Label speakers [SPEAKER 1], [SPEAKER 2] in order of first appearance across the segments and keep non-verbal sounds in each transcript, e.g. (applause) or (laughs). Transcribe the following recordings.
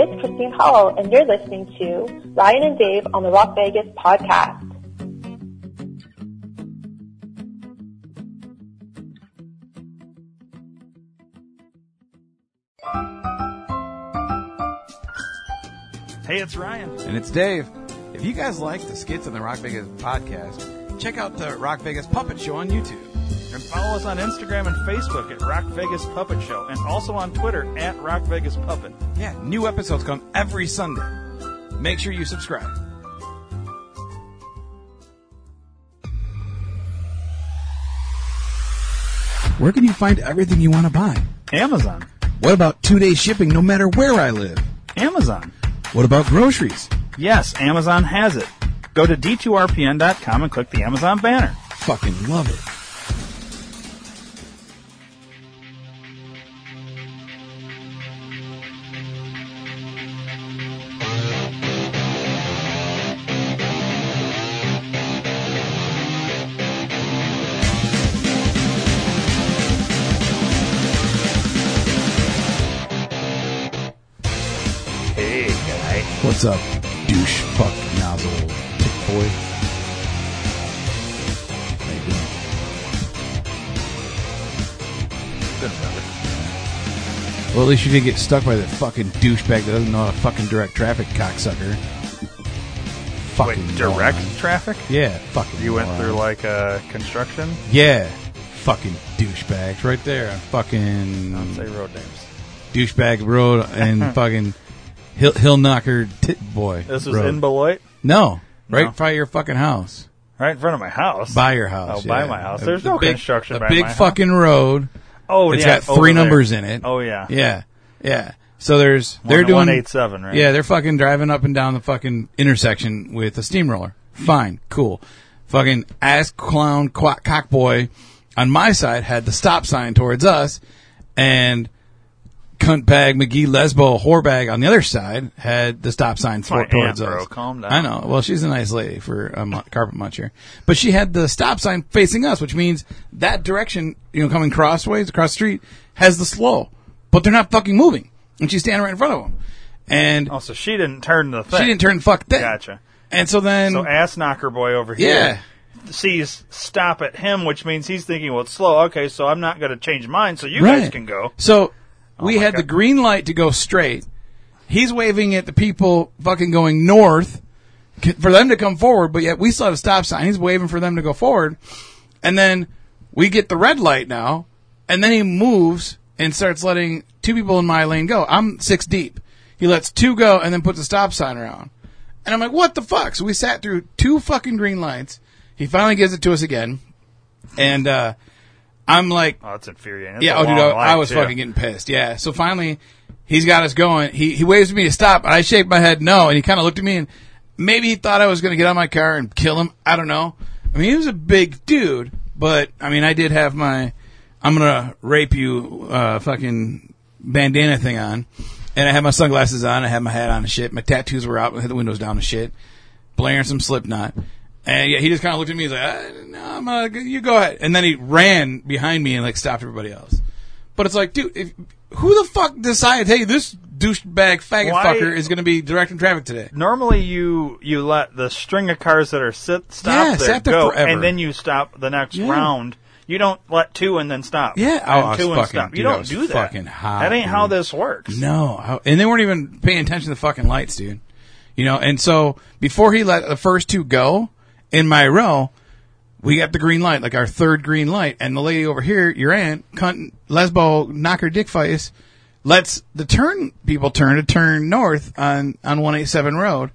[SPEAKER 1] it's Christine Hall, and you're listening to Ryan and Dave on the Rock Vegas podcast.
[SPEAKER 2] Hey, it's Ryan.
[SPEAKER 3] And it's Dave. If you guys like the skits on the Rock Vegas podcast, check out the Rock Vegas Puppet Show on YouTube.
[SPEAKER 2] And follow us on Instagram and Facebook at Rock Vegas Puppet Show and also on Twitter at Rock Vegas Puppet.
[SPEAKER 3] Yeah, new episodes come every Sunday. Make sure you subscribe. Where can you find everything you want to buy?
[SPEAKER 2] Amazon.
[SPEAKER 3] What about two day shipping no matter where I live?
[SPEAKER 2] Amazon.
[SPEAKER 3] What about groceries?
[SPEAKER 2] Yes, Amazon has it. Go to d2rpn.com and click the Amazon banner.
[SPEAKER 3] Fucking love it.
[SPEAKER 2] Hey, guy.
[SPEAKER 3] What's up, douche fuck nozzle tick boy? How you doing?
[SPEAKER 2] Good brother.
[SPEAKER 3] Well, at least you didn't get stuck by that fucking douchebag that doesn't know how to fucking direct traffic, cocksucker.
[SPEAKER 2] Wait,
[SPEAKER 3] Fucking
[SPEAKER 2] direct
[SPEAKER 3] moron.
[SPEAKER 2] traffic?
[SPEAKER 3] Yeah, fucking.
[SPEAKER 2] You went
[SPEAKER 3] moron.
[SPEAKER 2] through like uh, construction?
[SPEAKER 3] Yeah, fucking douchebags right there on
[SPEAKER 2] I don't say
[SPEAKER 3] fucking
[SPEAKER 2] road names.
[SPEAKER 3] douchebag road
[SPEAKER 2] (laughs)
[SPEAKER 3] and fucking hill hill knocker tit boy.
[SPEAKER 2] This was
[SPEAKER 3] road.
[SPEAKER 2] in Beloit,
[SPEAKER 3] no, right
[SPEAKER 2] No.
[SPEAKER 3] by your fucking house,
[SPEAKER 2] right in front of my house.
[SPEAKER 3] by your house.
[SPEAKER 2] Oh, by
[SPEAKER 3] yeah.
[SPEAKER 2] my house.
[SPEAKER 3] A-
[SPEAKER 2] There's
[SPEAKER 3] the
[SPEAKER 2] no
[SPEAKER 3] big-
[SPEAKER 2] construction
[SPEAKER 3] A
[SPEAKER 2] by
[SPEAKER 3] big
[SPEAKER 2] my house.
[SPEAKER 3] fucking road.
[SPEAKER 2] Oh,
[SPEAKER 3] It's
[SPEAKER 2] yeah,
[SPEAKER 3] got three
[SPEAKER 2] over there.
[SPEAKER 3] numbers in it.
[SPEAKER 2] Oh, yeah.
[SPEAKER 3] Yeah, yeah. So there's they're
[SPEAKER 2] One-
[SPEAKER 3] doing
[SPEAKER 2] 187, right?
[SPEAKER 3] Yeah, they're fucking driving up and down the fucking intersection with a steamroller. Fine, cool. Fucking ass clown quack cockboy on my side had the stop sign towards us, and cunt bag McGee Lesbo whorebag on the other side had the stop sign
[SPEAKER 2] my
[SPEAKER 3] for, towards
[SPEAKER 2] aunt,
[SPEAKER 3] us.
[SPEAKER 2] bro. Calm down.
[SPEAKER 3] I know. Uh, Well, she's a nice lady for a mu- carpet muncher, but she had the stop sign facing us, which means that direction, you know, coming crossways across the street has the slow, but they're not fucking moving, and she's standing right in front of them, and
[SPEAKER 2] Oh, so she didn't turn the thing.
[SPEAKER 3] she didn't turn the fuck thing.
[SPEAKER 2] Gotcha.
[SPEAKER 3] And so then,
[SPEAKER 2] So ass knocker boy over here.
[SPEAKER 3] yeah,
[SPEAKER 2] sees stop at him, which means he's thinking, well, it's slow. Okay, so I'm not going to change mine, so you guys
[SPEAKER 3] right.
[SPEAKER 2] can go. Oh
[SPEAKER 3] So we
[SPEAKER 2] my
[SPEAKER 3] had
[SPEAKER 2] God.
[SPEAKER 3] the green light to go straight. He's waving at the people fucking going north c- for them to come forward, but yet we still have a stop sign. He's waving for them to go forward, and then we get the red light now, and then he moves and starts letting two people in my lane go. I'm six deep. He lets two go and then puts a stop sign around. And I'm like, what the fuck? So we sat through two fucking green lights. He finally gives it to us again. And uh, I'm like,
[SPEAKER 2] Oh, it's infuriating. It's
[SPEAKER 3] yeah,
[SPEAKER 2] a
[SPEAKER 3] oh, dude, I,
[SPEAKER 2] long
[SPEAKER 3] I
[SPEAKER 2] line,
[SPEAKER 3] was
[SPEAKER 2] too.
[SPEAKER 3] fucking getting pissed. Yeah. So finally, he's got us going. He he waves to me to stop, and I shake my head no, and he kind of looked at me, and maybe he thought I was going to get out of my car and kill him. I don't know. I mean, he was a big dude, but I mean, I did have my I'm going to rape you uh, fucking bandana thing on, and I had my sunglasses on, I had my hat on and shit, my tattoos were out, I had the windows down and shit blaring some Slipknot. And yeah, he just kind of looked at me. He's like, ah, "No, I'm uh, g- you go ahead." And then he ran behind me and like stopped everybody else. But it's like, dude, if, who the fuck decides? Hey, this douchebag faggot
[SPEAKER 2] Why-
[SPEAKER 3] fucker is going to be directing traffic today.
[SPEAKER 2] Normally, you you let the string of cars that are sit stop
[SPEAKER 3] Yeah,
[SPEAKER 2] there
[SPEAKER 3] sat there
[SPEAKER 2] go,
[SPEAKER 3] forever.
[SPEAKER 2] and then you stop the next
[SPEAKER 3] Yeah.
[SPEAKER 2] round. You don't let two and then stop.
[SPEAKER 3] Yeah, oh, I
[SPEAKER 2] and
[SPEAKER 3] was
[SPEAKER 2] two and
[SPEAKER 3] fucking-
[SPEAKER 2] stop. You
[SPEAKER 3] dude, I
[SPEAKER 2] don't
[SPEAKER 3] was
[SPEAKER 2] do that.
[SPEAKER 3] fucking hot,
[SPEAKER 2] that ain't how
[SPEAKER 3] dude.
[SPEAKER 2] this works.
[SPEAKER 3] No, how- and they weren't even paying attention to the fucking lights, dude. You know, and so before he let the first two go in my row, we got the green light, like our third green light, and the lady over here, your aunt, cunt, lesbo, knocker, dick face, lets the turn people turn to turn north on on one eight seven road,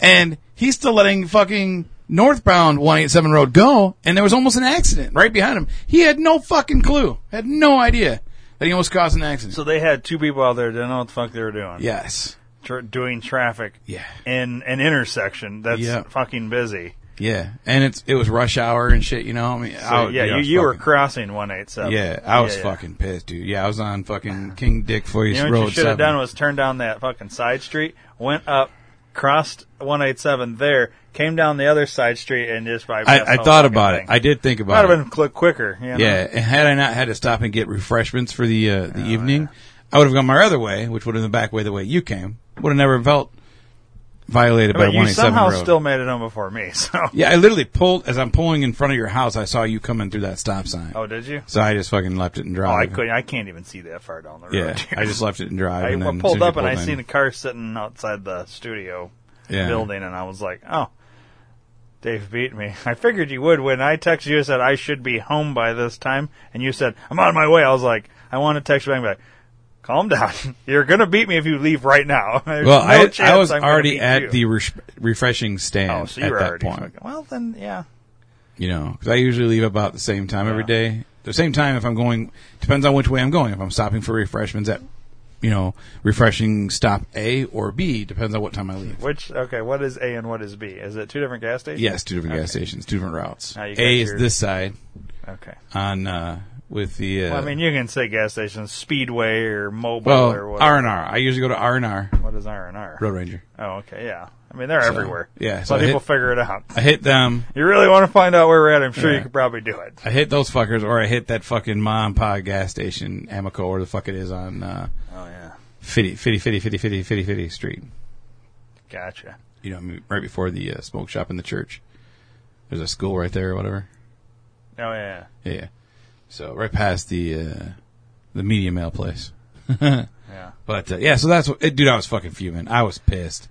[SPEAKER 3] and he's still letting fucking northbound one eight seven road go, and there was almost an accident right behind him. He had no fucking clue, had no idea that he almost caused an accident.
[SPEAKER 2] So they had two people out there that didn't know what the fuck they were doing.
[SPEAKER 3] yes.
[SPEAKER 2] Tr- doing traffic.
[SPEAKER 3] Yeah.
[SPEAKER 2] In an intersection that's
[SPEAKER 3] Yeah.
[SPEAKER 2] fucking busy.
[SPEAKER 3] Yeah, and it's it was rush hour and shit. You know, I mean,
[SPEAKER 2] So,
[SPEAKER 3] I,
[SPEAKER 2] Oh, yeah,
[SPEAKER 3] dude, I
[SPEAKER 2] you,
[SPEAKER 3] was
[SPEAKER 2] you were
[SPEAKER 3] fucking-
[SPEAKER 2] crossing 187.
[SPEAKER 3] Yeah, I was
[SPEAKER 2] yeah.
[SPEAKER 3] fucking pissed, dude. Yeah, I was on fucking King Dick Foyce
[SPEAKER 2] You know what
[SPEAKER 3] Road.
[SPEAKER 2] you should have
[SPEAKER 3] 7.
[SPEAKER 2] done was turned down that fucking side street, went up, crossed 187 there, came down the other side street, and just by
[SPEAKER 3] I, I thought about it. I did think
[SPEAKER 2] might
[SPEAKER 3] about
[SPEAKER 2] have
[SPEAKER 3] it.
[SPEAKER 2] been click quicker. You know?
[SPEAKER 3] Yeah, and had I not had to
[SPEAKER 2] Oh,
[SPEAKER 3] stop and get refreshments for the uh, the evening, I would have gone my other way, which would have been the back way the way you came. Would have never felt violated
[SPEAKER 2] I mean,
[SPEAKER 3] by
[SPEAKER 2] you
[SPEAKER 3] 187
[SPEAKER 2] somehow
[SPEAKER 3] road.
[SPEAKER 2] still made it home before me. (laughs) So,
[SPEAKER 3] yeah, I literally pulled as I'm pulling in front of your house. I saw you coming through that stop sign.
[SPEAKER 2] oh, did you?
[SPEAKER 3] So I just fucking left it and
[SPEAKER 2] Oh, I
[SPEAKER 3] drive.
[SPEAKER 2] couldn't. I can't even see that far down the road. (laughs)
[SPEAKER 3] yeah, I just left it and drive.
[SPEAKER 2] I
[SPEAKER 3] and then as soon
[SPEAKER 2] pulled
[SPEAKER 3] as you
[SPEAKER 2] up and I
[SPEAKER 3] pulled in-
[SPEAKER 2] seen a car sitting outside the studio
[SPEAKER 3] Yeah.
[SPEAKER 2] building, and I was like, oh. Dave beat me. (laughs) I figured you would when I texted you and said I should be home by this time, and you said I'm on my way. I was like, I want to text you back, and be like, calm down. (laughs) You're gonna beat me if you leave right now. (laughs) There's
[SPEAKER 3] Well,
[SPEAKER 2] no
[SPEAKER 3] I,
[SPEAKER 2] chance
[SPEAKER 3] I was
[SPEAKER 2] I'm gonna
[SPEAKER 3] already
[SPEAKER 2] beat
[SPEAKER 3] at
[SPEAKER 2] you.
[SPEAKER 3] the re- refreshing stand
[SPEAKER 2] oh, so you
[SPEAKER 3] at
[SPEAKER 2] were
[SPEAKER 3] that
[SPEAKER 2] already
[SPEAKER 3] point.
[SPEAKER 2] fucking- well then, yeah.
[SPEAKER 3] You know, because I usually leave about the same time every day. The same time if I'm going depends on which way I'm going. If I'm stopping for refreshments at, you know, refreshing stop A or B depends on what time I leave.
[SPEAKER 2] Which okay, what is A and what is B? Is it two different gas stations?
[SPEAKER 3] Yes, two different gas stations, two different routes.
[SPEAKER 2] Now you
[SPEAKER 3] A
[SPEAKER 2] got
[SPEAKER 3] is
[SPEAKER 2] your-
[SPEAKER 3] this side
[SPEAKER 2] Okay.
[SPEAKER 3] on uh, with the. Uh,
[SPEAKER 2] Well, I mean, you can say gas station, Speedway, or Mobile, or
[SPEAKER 3] well,
[SPEAKER 2] whatever.
[SPEAKER 3] R and R. I usually go to R and R
[SPEAKER 2] What is R and R?
[SPEAKER 3] Road Ranger.
[SPEAKER 2] Oh, okay, yeah. I mean, they're everywhere.
[SPEAKER 3] yeah,
[SPEAKER 2] so
[SPEAKER 3] so I hit-
[SPEAKER 2] people figure it out.
[SPEAKER 3] I hit them.
[SPEAKER 2] You really want to find out where we're at? I'm sure
[SPEAKER 3] Yeah.
[SPEAKER 2] you could probably do it.
[SPEAKER 3] I hit those fuckers, or I hit that fucking mom and pop gas station, Amico, or the fuck it is on uh,
[SPEAKER 2] Oh yeah,
[SPEAKER 3] 50, 50, 50, 50, 50, 50, 50 Street.
[SPEAKER 2] gotcha.
[SPEAKER 3] You know, I mean, right before the uh, smoke shop in the church. There's a school right there, or whatever.
[SPEAKER 2] Oh yeah,
[SPEAKER 3] Yeah, yeah. So right past the uh, the media mail place.
[SPEAKER 2] yeah.
[SPEAKER 3] But uh, yeah, so that's what, dude. I was fucking fuming. I was pissed.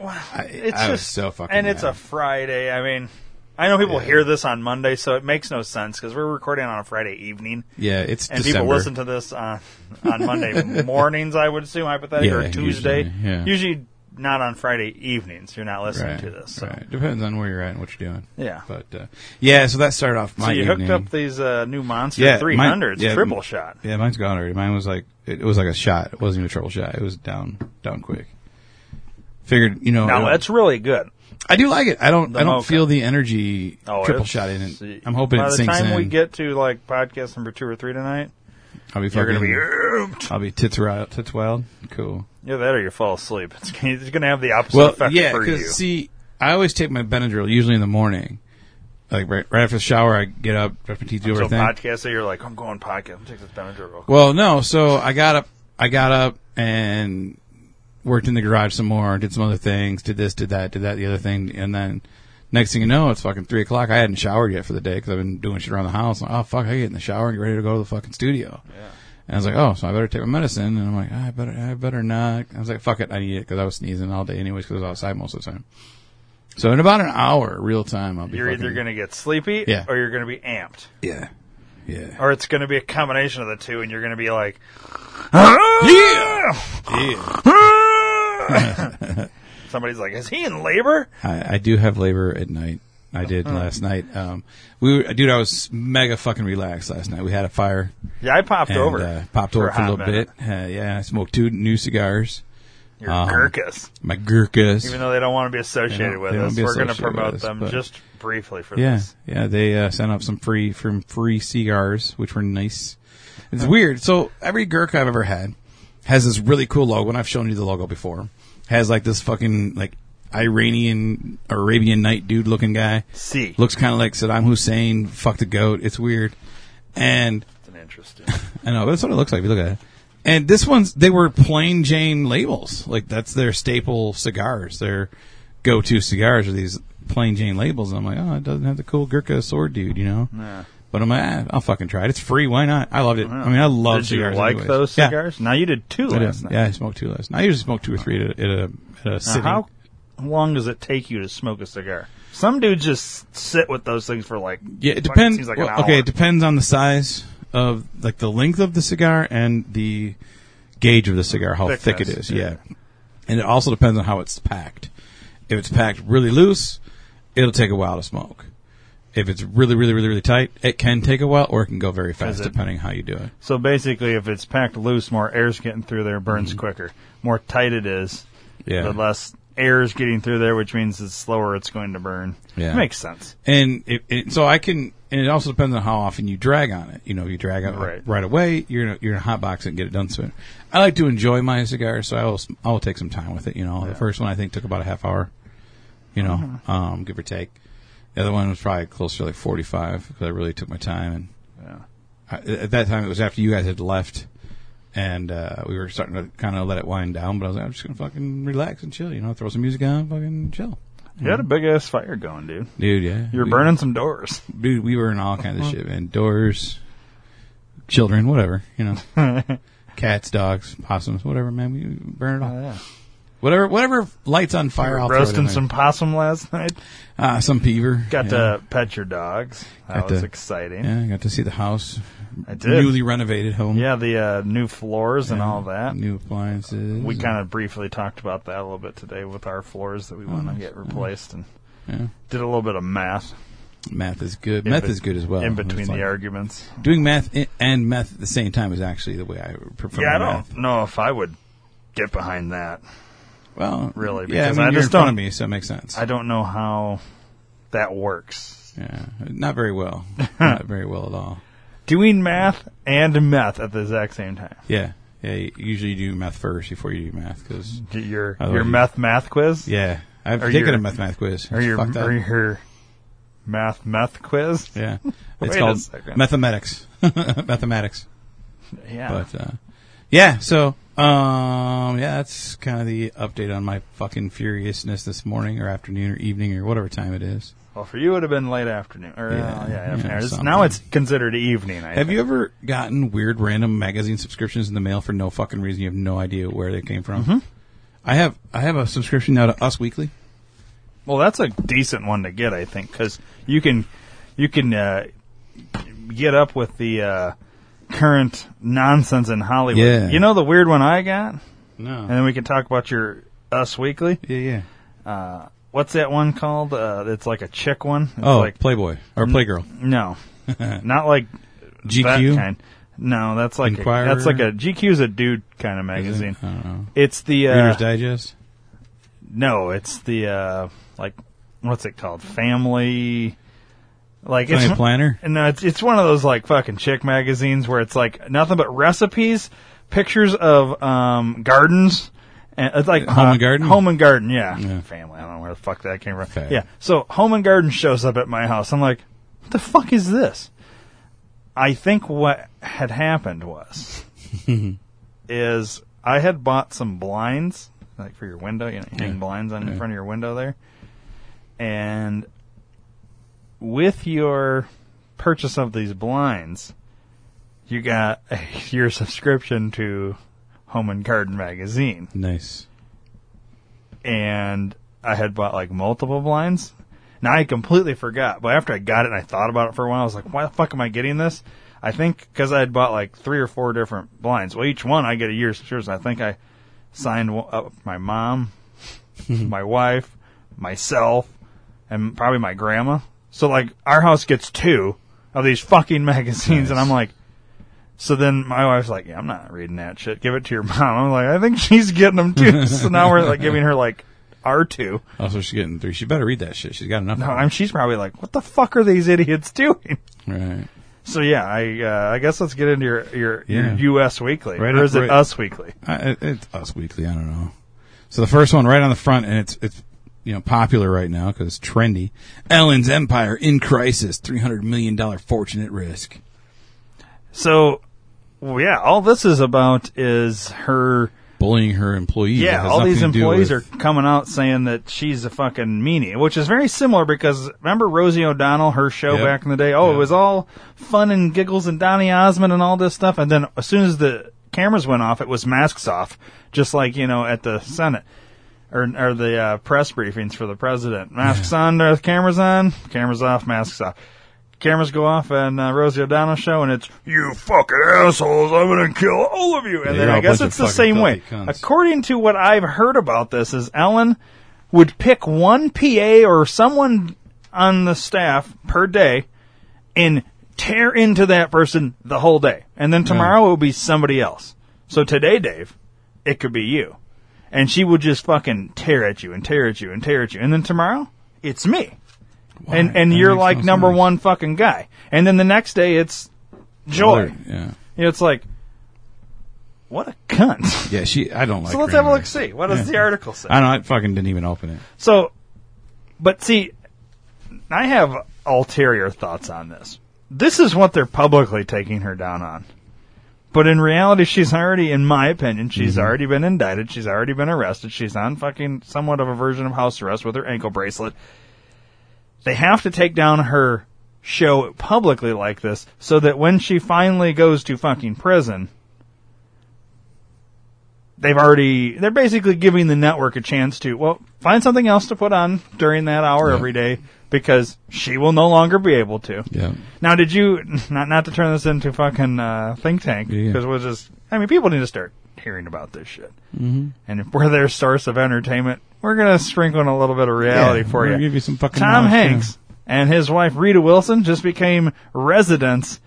[SPEAKER 3] I,
[SPEAKER 2] It's
[SPEAKER 3] I
[SPEAKER 2] just
[SPEAKER 3] was so fucking.
[SPEAKER 2] and it's
[SPEAKER 3] mad.
[SPEAKER 2] a Friday. I mean, I know people
[SPEAKER 3] Yeah.
[SPEAKER 2] hear this on Monday, so it makes no sense because we're recording on a Friday evening.
[SPEAKER 3] yeah. It's
[SPEAKER 2] and
[SPEAKER 3] December.
[SPEAKER 2] people listen to this on on Monday
[SPEAKER 3] (laughs)
[SPEAKER 2] mornings, I would assume, hypothetically,
[SPEAKER 3] Yeah,
[SPEAKER 2] or Tuesday.
[SPEAKER 3] usually, yeah.
[SPEAKER 2] not on Friday evenings. You're not listening
[SPEAKER 3] right,
[SPEAKER 2] to this. So,
[SPEAKER 3] right. Depends on where you're at and what you're doing.
[SPEAKER 2] Yeah.
[SPEAKER 3] But uh, yeah, so that started off
[SPEAKER 2] so
[SPEAKER 3] my
[SPEAKER 2] you
[SPEAKER 3] evening.
[SPEAKER 2] hooked up these uh, new Monster
[SPEAKER 3] Yeah, mine-
[SPEAKER 2] 300s,
[SPEAKER 3] yeah,
[SPEAKER 2] triple
[SPEAKER 3] m-
[SPEAKER 2] shot.
[SPEAKER 3] yeah, mine's gone already. Mine was like it, it was like a shot. It wasn't even a triple shot. It was down down quick. Figured you know. I
[SPEAKER 2] Now,
[SPEAKER 3] don't-
[SPEAKER 2] that's really good.
[SPEAKER 3] I do like it. I don't. I don't
[SPEAKER 2] mocha.
[SPEAKER 3] feel the energy
[SPEAKER 2] Oh,
[SPEAKER 3] triple
[SPEAKER 2] it's-
[SPEAKER 3] shot in it. I'm hoping
[SPEAKER 2] by
[SPEAKER 3] it sinks
[SPEAKER 2] the time
[SPEAKER 3] in.
[SPEAKER 2] we get to like podcast number two or three tonight,
[SPEAKER 3] I'll be
[SPEAKER 2] you're going
[SPEAKER 3] fucking.
[SPEAKER 2] to be (laughs) ooped.
[SPEAKER 3] I'll be tits wild. Tits wild. Cool.
[SPEAKER 2] Either that or you fall asleep. It's, it's going to have the opposite
[SPEAKER 3] Well,
[SPEAKER 2] effect
[SPEAKER 3] yeah,
[SPEAKER 2] for you.
[SPEAKER 3] because see, I always take my Benadryl usually in the morning, like right, right after the shower. I get up, brush my teeth, do
[SPEAKER 2] so
[SPEAKER 3] everything.
[SPEAKER 2] podcast that you're like, I'm going podcast. I'm taking this Benadryl real quick.
[SPEAKER 3] well, no, so I got up. I got up and worked in the garage some more. Did some other things. Did this. Did that. Did that. The other thing, and then. Next thing you know, it's fucking three o'clock. I hadn't showered yet for the day because I've been doing shit around the house. Like, oh fuck, I get in the shower and get ready to go to the fucking studio. And I was like, oh, so I better take my medicine. And I'm like, I better, I better not. I was like, fuck it, I need it because I was sneezing all day anyways because I was outside most of the time. So in about an hour, real time, I'll be.
[SPEAKER 2] You're either
[SPEAKER 3] fucking-
[SPEAKER 2] going to get sleepy
[SPEAKER 3] Yeah.
[SPEAKER 2] or you're going to be amped.
[SPEAKER 3] yeah, yeah,
[SPEAKER 2] or it's going to be a combination of the two, and you're going to be like,
[SPEAKER 3] yeah, yeah.
[SPEAKER 2] somebody's like, "Is he in labor?"
[SPEAKER 3] I, I do have labor at night. I did
[SPEAKER 2] Uh-huh.
[SPEAKER 3] last night. Um, we were, dude, I was mega fucking relaxed last night. We had a fire
[SPEAKER 2] Yeah, I popped
[SPEAKER 3] and
[SPEAKER 2] over,
[SPEAKER 3] uh, popped
[SPEAKER 2] for
[SPEAKER 3] over
[SPEAKER 2] a
[SPEAKER 3] for a
[SPEAKER 2] hot
[SPEAKER 3] little
[SPEAKER 2] minute.
[SPEAKER 3] bit. Uh, yeah, I smoked two new cigars.
[SPEAKER 2] Your
[SPEAKER 3] Um,
[SPEAKER 2] Gurkhas,
[SPEAKER 3] My Gurkhas.
[SPEAKER 2] even though they don't want to be
[SPEAKER 3] They
[SPEAKER 2] associated
[SPEAKER 3] don't-
[SPEAKER 2] with
[SPEAKER 3] they don't
[SPEAKER 2] us,
[SPEAKER 3] be
[SPEAKER 2] we're going to
[SPEAKER 3] associated with
[SPEAKER 2] promote
[SPEAKER 3] us,
[SPEAKER 2] them
[SPEAKER 3] but-
[SPEAKER 2] just briefly for
[SPEAKER 3] Yeah,
[SPEAKER 2] this.
[SPEAKER 3] yeah. They uh, sent out some free from free cigars, which were nice. It's weird. So every Gurkha I've ever had has this really cool logo, and I've shown you the logo before. Has like this fucking like Iranian Arabian Night dude looking guy.
[SPEAKER 2] See,
[SPEAKER 3] Looks kind of like Saddam Hussein. Fuck the goat. It's weird. And
[SPEAKER 2] it's an interesting.
[SPEAKER 3] I know that's what it looks like. If you look at it. And this one's they were plain Jane labels. Like that's their staple cigars. Their go-to cigars are these plain Jane labels. And I'm like, oh, it doesn't have the cool Gurkha sword dude, you know.
[SPEAKER 2] Yeah.
[SPEAKER 3] But I'm like, ah, I'll fucking try it. It's free. Why not? I loved it. I mean, I love
[SPEAKER 2] Did you
[SPEAKER 3] cigars.
[SPEAKER 2] like
[SPEAKER 3] anyways.
[SPEAKER 2] those
[SPEAKER 3] Yeah.
[SPEAKER 2] cigars? Now you did two
[SPEAKER 3] I did.
[SPEAKER 2] last night.
[SPEAKER 3] Yeah, I smoked two last night. I usually smoke two or three at a, at a, at a
[SPEAKER 2] Now,
[SPEAKER 3] sitting.
[SPEAKER 2] how long does it take you to smoke a cigar? Some dudes just sit with those things for like
[SPEAKER 3] Yeah, it
[SPEAKER 2] fucking
[SPEAKER 3] depends.
[SPEAKER 2] Seems like
[SPEAKER 3] well,
[SPEAKER 2] an hour.
[SPEAKER 3] Okay, it depends on the size of like the length of the cigar and the gauge of the cigar, how thick it
[SPEAKER 2] Thickness,
[SPEAKER 3] is. Yeah. and it also depends on how it's packed. If it's packed really loose, it'll take a while to smoke. If it's really, really, really, really tight, it can take a while, or it can go very fast,
[SPEAKER 2] it-
[SPEAKER 3] depending how you do it.
[SPEAKER 2] So basically, if it's packed loose, more air's getting through there, burns quicker. More tight it is,
[SPEAKER 3] Mm-hmm. Yeah.
[SPEAKER 2] the less air's getting through there, which means the slower it's going to burn.
[SPEAKER 3] Yeah.
[SPEAKER 2] Makes sense.
[SPEAKER 3] and it, it, so I can, and it also depends on how often you drag on it. You know, you drag on
[SPEAKER 2] Right.
[SPEAKER 3] it right away. You're gonna, you're gonna hot box it and get it done sooner. I like to enjoy my cigar, so I will s- I will take some time with it. You know, the first one I think took about a half hour. You know,
[SPEAKER 2] Uh-huh.
[SPEAKER 3] um, give or take. The other one was probably closer to like forty five because I really took my time, and
[SPEAKER 2] Yeah.
[SPEAKER 3] I, at that time it was after you guys had left, and uh, we were starting to kind of let it wind down. But I was like, I'm just gonna fucking relax and chill, you know, throw some music on, fucking chill,
[SPEAKER 2] You had a big ass fire going, dude.
[SPEAKER 3] dude. Yeah,
[SPEAKER 2] You were
[SPEAKER 3] We-
[SPEAKER 2] burning some doors.
[SPEAKER 3] dude. We were in all kinds
[SPEAKER 2] Uh-huh.
[SPEAKER 3] of shit, man. Doors, children, whatever, you know,
[SPEAKER 2] (laughs)
[SPEAKER 3] cats, dogs, possums, whatever, man. We burn it all.
[SPEAKER 2] yeah.
[SPEAKER 3] Whatever, whatever lights on fire. Oh, I'll throw it in
[SPEAKER 2] Roasting
[SPEAKER 3] there.
[SPEAKER 2] some possum last night.
[SPEAKER 3] uh, some beaver.
[SPEAKER 2] Got
[SPEAKER 3] yeah.
[SPEAKER 2] to pet your dogs. That
[SPEAKER 3] Got
[SPEAKER 2] was
[SPEAKER 3] to-
[SPEAKER 2] exciting.
[SPEAKER 3] Yeah, I got to see the house,
[SPEAKER 2] I did.
[SPEAKER 3] newly renovated home.
[SPEAKER 2] yeah, the uh, new floors and all that.
[SPEAKER 3] new appliances.
[SPEAKER 2] We kind of briefly talked about that a little bit today with our floors that we want to
[SPEAKER 3] nice,
[SPEAKER 2] get replaced and
[SPEAKER 3] Oh, Yeah.
[SPEAKER 2] did a little bit of math.
[SPEAKER 3] Math is good.
[SPEAKER 2] in
[SPEAKER 3] Math
[SPEAKER 2] bet-
[SPEAKER 3] is good as well.
[SPEAKER 2] In
[SPEAKER 3] It's
[SPEAKER 2] between
[SPEAKER 3] like-
[SPEAKER 2] the arguments.
[SPEAKER 3] doing math i- and math at the same time is actually the way I prefer.
[SPEAKER 2] Yeah, I
[SPEAKER 3] my
[SPEAKER 2] don't
[SPEAKER 3] math.
[SPEAKER 2] know if I would get behind that.
[SPEAKER 3] Well,
[SPEAKER 2] Really,
[SPEAKER 3] yeah. I
[SPEAKER 2] because
[SPEAKER 3] mean,
[SPEAKER 2] I
[SPEAKER 3] you're
[SPEAKER 2] just
[SPEAKER 3] in front
[SPEAKER 2] don't-
[SPEAKER 3] of me, so it makes sense.
[SPEAKER 2] I don't know how that works.
[SPEAKER 3] yeah, not very
[SPEAKER 2] (laughs)
[SPEAKER 3] well. not very well at all.
[SPEAKER 2] Doing math and meth at the exact same time.
[SPEAKER 3] Yeah, yeah. you- Usually, you do math first before you do math because
[SPEAKER 2] Do Your
[SPEAKER 3] I love
[SPEAKER 2] your
[SPEAKER 3] you.
[SPEAKER 2] meth math quiz.
[SPEAKER 3] yeah, I've
[SPEAKER 2] Or
[SPEAKER 3] taken
[SPEAKER 2] Mm-hmm. your-
[SPEAKER 3] a math math quiz.
[SPEAKER 2] Or
[SPEAKER 3] It's
[SPEAKER 2] your
[SPEAKER 3] fucked up.
[SPEAKER 2] or your math meth quiz.
[SPEAKER 3] yeah,
[SPEAKER 2] (laughs) Wait
[SPEAKER 3] it's
[SPEAKER 2] a
[SPEAKER 3] called
[SPEAKER 2] second.
[SPEAKER 3] mathematics. (laughs) mathematics.
[SPEAKER 2] Yeah.
[SPEAKER 3] But uh, yeah, so um, yeah, that's kind of the update on my fucking furiousness this morning or afternoon or evening or whatever time it is.
[SPEAKER 2] well, for you it would have been late afternoon. Or yeah,
[SPEAKER 3] Yeah,
[SPEAKER 2] yeah,
[SPEAKER 3] yeah,
[SPEAKER 2] afternoon.
[SPEAKER 3] (laughs)
[SPEAKER 2] It's-
[SPEAKER 3] something.
[SPEAKER 2] now it's considered evening. I
[SPEAKER 3] Have
[SPEAKER 2] think.
[SPEAKER 3] you ever gotten weird random magazine subscriptions in the mail for no fucking reason? You have no idea where they came from.
[SPEAKER 2] Mm-hmm.
[SPEAKER 3] I have I have a subscription now to Us Weekly.
[SPEAKER 2] Well, that's a decent one to get, I think, because you can you can uh, get up with the uh, current nonsense in Hollywood.
[SPEAKER 3] Yeah.
[SPEAKER 2] You know the weird one I got, and
[SPEAKER 3] No.
[SPEAKER 2] then we can talk about your Us Weekly.
[SPEAKER 3] Yeah, yeah.
[SPEAKER 2] Uh, what's that one called? Uh, it's like a chick one. It's
[SPEAKER 3] Oh,
[SPEAKER 2] like Mm-hmm.
[SPEAKER 3] Playboy or Playgirl. (laughs)
[SPEAKER 2] no, not like
[SPEAKER 3] GQ?
[SPEAKER 2] That kind. No, that's like a,
[SPEAKER 3] Inquirer?
[SPEAKER 2] that's like a GQ's a dude kind of magazine.
[SPEAKER 3] I don't know.
[SPEAKER 2] It's the uh,
[SPEAKER 3] Reader's Digest.
[SPEAKER 2] No, it's the uh like what's it called? Family like
[SPEAKER 3] Family
[SPEAKER 2] it's
[SPEAKER 3] Planner?
[SPEAKER 2] No, uh, it's it's one of those like fucking chick magazines where it's like nothing but recipes, pictures of um gardens and it's like uh,
[SPEAKER 3] Home and garden?
[SPEAKER 2] Home and garden, yeah.
[SPEAKER 3] Yeah.
[SPEAKER 2] Family. I don't know where the fuck that came from.
[SPEAKER 3] Fair.
[SPEAKER 2] Yeah. So home and garden shows up at my house. I'm like, what the fuck is this? I think what had happened
[SPEAKER 3] (laughs)
[SPEAKER 2] was is I had bought some blinds, like for your window, you know, you hang
[SPEAKER 3] Yeah.
[SPEAKER 2] blinds on
[SPEAKER 3] Yeah.
[SPEAKER 2] in front of your window there. And with your purchase of these blinds, you got (laughs) your subscription to Home and Garden magazine.
[SPEAKER 3] Nice.
[SPEAKER 2] And I had bought like multiple blinds. Now I completely forgot, but after I got it and I thought about it for a while, I was like, why the fuck am I getting this? I think because I had bought like three or four different blinds. Well, each one I get a year's subscription. I think I signed one- up my
[SPEAKER 3] (laughs)
[SPEAKER 2] mom, my wife, myself, and probably my grandma. So like our house gets two of these fucking (laughs) magazines, and
[SPEAKER 3] Nice.
[SPEAKER 2] I'm like, so then my wife's like, yeah, I'm not reading that shit. Give it to your (laughs) mom. I'm like, I think she's getting them
[SPEAKER 3] (laughs)
[SPEAKER 2] too. so now we're like giving her like our two.
[SPEAKER 3] Also, she's getting three. She better read that shit. She's got enough.
[SPEAKER 2] No,
[SPEAKER 3] of it.
[SPEAKER 2] I'm, she's probably like, what the fuck are these idiots (laughs) doing?
[SPEAKER 3] right.
[SPEAKER 2] So yeah, I uh, I guess let's get into your your,
[SPEAKER 3] Yeah.
[SPEAKER 2] your U.S. Weekly,
[SPEAKER 3] Right
[SPEAKER 2] or
[SPEAKER 3] up-
[SPEAKER 2] is it
[SPEAKER 3] right-
[SPEAKER 2] Us Weekly?
[SPEAKER 3] I, it- it's Us Weekly. I don't know. So the first one right on the front, and it's it's you know popular right now because it's trendy. Ellen's empire in crisis. Three hundred million dollar fortune at risk.
[SPEAKER 2] So well, yeah, all this is about is her.
[SPEAKER 3] Bullying her employees. It
[SPEAKER 2] Yeah,
[SPEAKER 3] has
[SPEAKER 2] all
[SPEAKER 3] nothing
[SPEAKER 2] these
[SPEAKER 3] to do
[SPEAKER 2] employees are
[SPEAKER 3] with-
[SPEAKER 2] coming out saying that she's a fucking meanie, which is very similar because remember Rosie O'Donnell, her show
[SPEAKER 3] Yep.
[SPEAKER 2] back in the day? Oh,
[SPEAKER 3] Yep.
[SPEAKER 2] it was all fun and giggles and Donny Osmond and all this stuff. And then as soon as the cameras went off, it was masks off, just like, you know, at the Senate. Or, or the uh, press briefings for the president. Masks on, uh, cameras on, cameras off, masks off. Cameras go off and uh, Rosie O'Donnell show, and it's you fucking assholes. I'm gonna kill all of you. And
[SPEAKER 3] Yeah,
[SPEAKER 2] then
[SPEAKER 3] you're
[SPEAKER 2] I
[SPEAKER 3] all
[SPEAKER 2] guess
[SPEAKER 3] bunch
[SPEAKER 2] it's
[SPEAKER 3] of
[SPEAKER 2] the
[SPEAKER 3] fucking
[SPEAKER 2] same way.
[SPEAKER 3] filthy cunts.
[SPEAKER 2] According to what I've heard about this, is Ellen would pick one PA or someone on the staff per day and tear into that person the whole day, and then tomorrow it would be somebody else. So today, Dave, it could be you, and she would just fucking tear at you and tear at you and tear at you, and then tomorrow it's me
[SPEAKER 3] Why?
[SPEAKER 2] and
[SPEAKER 3] That
[SPEAKER 2] and you're
[SPEAKER 3] makes
[SPEAKER 2] like
[SPEAKER 3] no
[SPEAKER 2] number
[SPEAKER 3] sense.
[SPEAKER 2] one fucking guy. And then the next day it's joy.
[SPEAKER 3] Yeah.
[SPEAKER 2] It's like what a cunt.
[SPEAKER 3] (laughs) Yeah. She. I don't like.
[SPEAKER 2] so let's
[SPEAKER 3] her
[SPEAKER 2] have a
[SPEAKER 3] anyway.
[SPEAKER 2] look see. What does
[SPEAKER 3] Yeah.
[SPEAKER 2] the article say?
[SPEAKER 3] I don't. I fucking didn't even open it.
[SPEAKER 2] so but see I have ulterior thoughts on this. This is what they're publicly taking her down on. But in reality, she's already, in my opinion, she's
[SPEAKER 3] Mm-hmm.
[SPEAKER 2] already been indicted. She's already been arrested. She's on fucking somewhat of a version of house arrest with her ankle bracelet. They have to take down her show publicly like this so that when she finally goes to fucking prison, they've already, they're basically giving the network a chance to, well, find something else to put on during that hour
[SPEAKER 3] Yeah.
[SPEAKER 2] every day because she will no longer be able to.
[SPEAKER 3] Yeah.
[SPEAKER 2] Now, did you not not to turn this into fucking uh, think tank
[SPEAKER 3] Yeah.
[SPEAKER 2] because we'll just I mean people need to start hearing about this shit. Mm-hmm. And if we're their source of entertainment, we're gonna sprinkle in a little bit of reality
[SPEAKER 3] Yeah,
[SPEAKER 2] for
[SPEAKER 3] we're
[SPEAKER 2] you.
[SPEAKER 3] gonna give you some fucking
[SPEAKER 2] Tom
[SPEAKER 3] knowledge,
[SPEAKER 2] Hanks and his wife Rita Wilson just became residents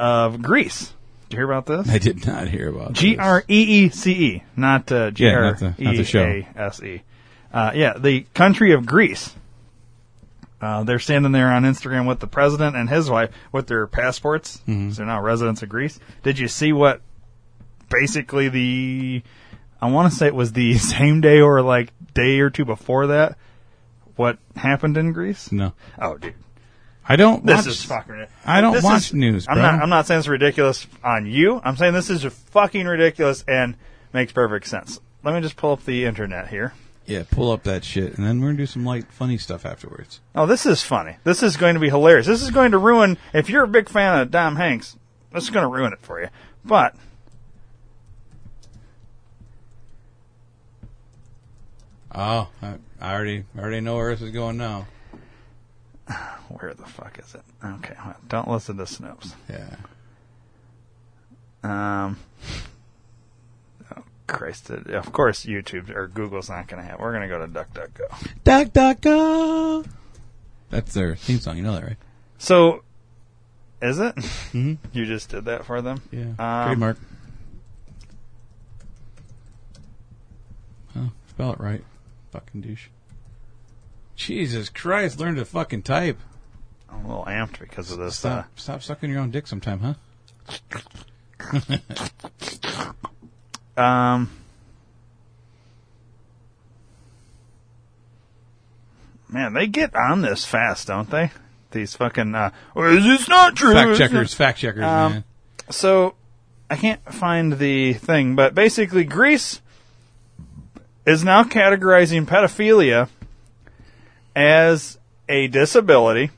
[SPEAKER 2] of Greece. Did you hear about this?
[SPEAKER 3] I did not hear about this.
[SPEAKER 2] G R E E C E, not uh, G
[SPEAKER 3] Yeah,
[SPEAKER 2] R
[SPEAKER 3] not the- not
[SPEAKER 2] E
[SPEAKER 3] the show.
[SPEAKER 2] A S E. Uh, Yeah, the country of Greece. Uh, they're standing there on Instagram with the president and his wife with their passports.
[SPEAKER 3] Mm-hmm.
[SPEAKER 2] 'cause They're now residents of Greece. Did you see what? Basically, the I want to say it was the (laughs) same day or like day or two before that. What happened in Greece?
[SPEAKER 3] No,
[SPEAKER 2] Oh, dude,
[SPEAKER 3] I don't.
[SPEAKER 2] this
[SPEAKER 3] watch,
[SPEAKER 2] is fucking. rid-
[SPEAKER 3] I don't
[SPEAKER 2] this
[SPEAKER 3] watch
[SPEAKER 2] is-
[SPEAKER 3] news,
[SPEAKER 2] I'm
[SPEAKER 3] bro.
[SPEAKER 2] not. I'm not saying it's ridiculous on you. I'm saying this is fucking ridiculous and makes perfect sense. Let me just pull up the internet here.
[SPEAKER 3] Yeah, pull up that shit, and then we're gonna do some light, funny stuff afterwards.
[SPEAKER 2] Oh, this is funny. This is going to be hilarious. This is going to ruin. If you're a big fan of Dom Hanks, this is going to ruin it for you. But
[SPEAKER 3] Oh, I, I already, I already know where this is going now.
[SPEAKER 2] where the fuck is it? Okay, well, don't listen to Snopes.
[SPEAKER 3] Yeah.
[SPEAKER 2] Um, oh, Christ, it- of course YouTube or Google's not going to have. We're going to go to DuckDuckGo.
[SPEAKER 3] Duck, duck, go. That's their theme song. You know that, right?
[SPEAKER 2] So, is it? (laughs)
[SPEAKER 3] Mm-hmm.
[SPEAKER 2] You just did that for them?
[SPEAKER 3] Yeah.
[SPEAKER 2] Um,
[SPEAKER 3] Trademark. Oh, spell it right. Fucking douche. Jesus Christ! Learn to fucking type.
[SPEAKER 2] I'm a little amped because of this. Uh,
[SPEAKER 3] Stop, stop sucking your own dick sometime,
[SPEAKER 2] (laughs)
[SPEAKER 3] huh?
[SPEAKER 2] um, man, they get on this fast, don't they? These fucking uh, or is this not true?
[SPEAKER 3] Fact
[SPEAKER 2] Is it-
[SPEAKER 3] checkers, fact checkers,
[SPEAKER 2] Um,
[SPEAKER 3] man.
[SPEAKER 2] So I can't find the thing, but basically, Greece is now categorizing pedophilia as a disability,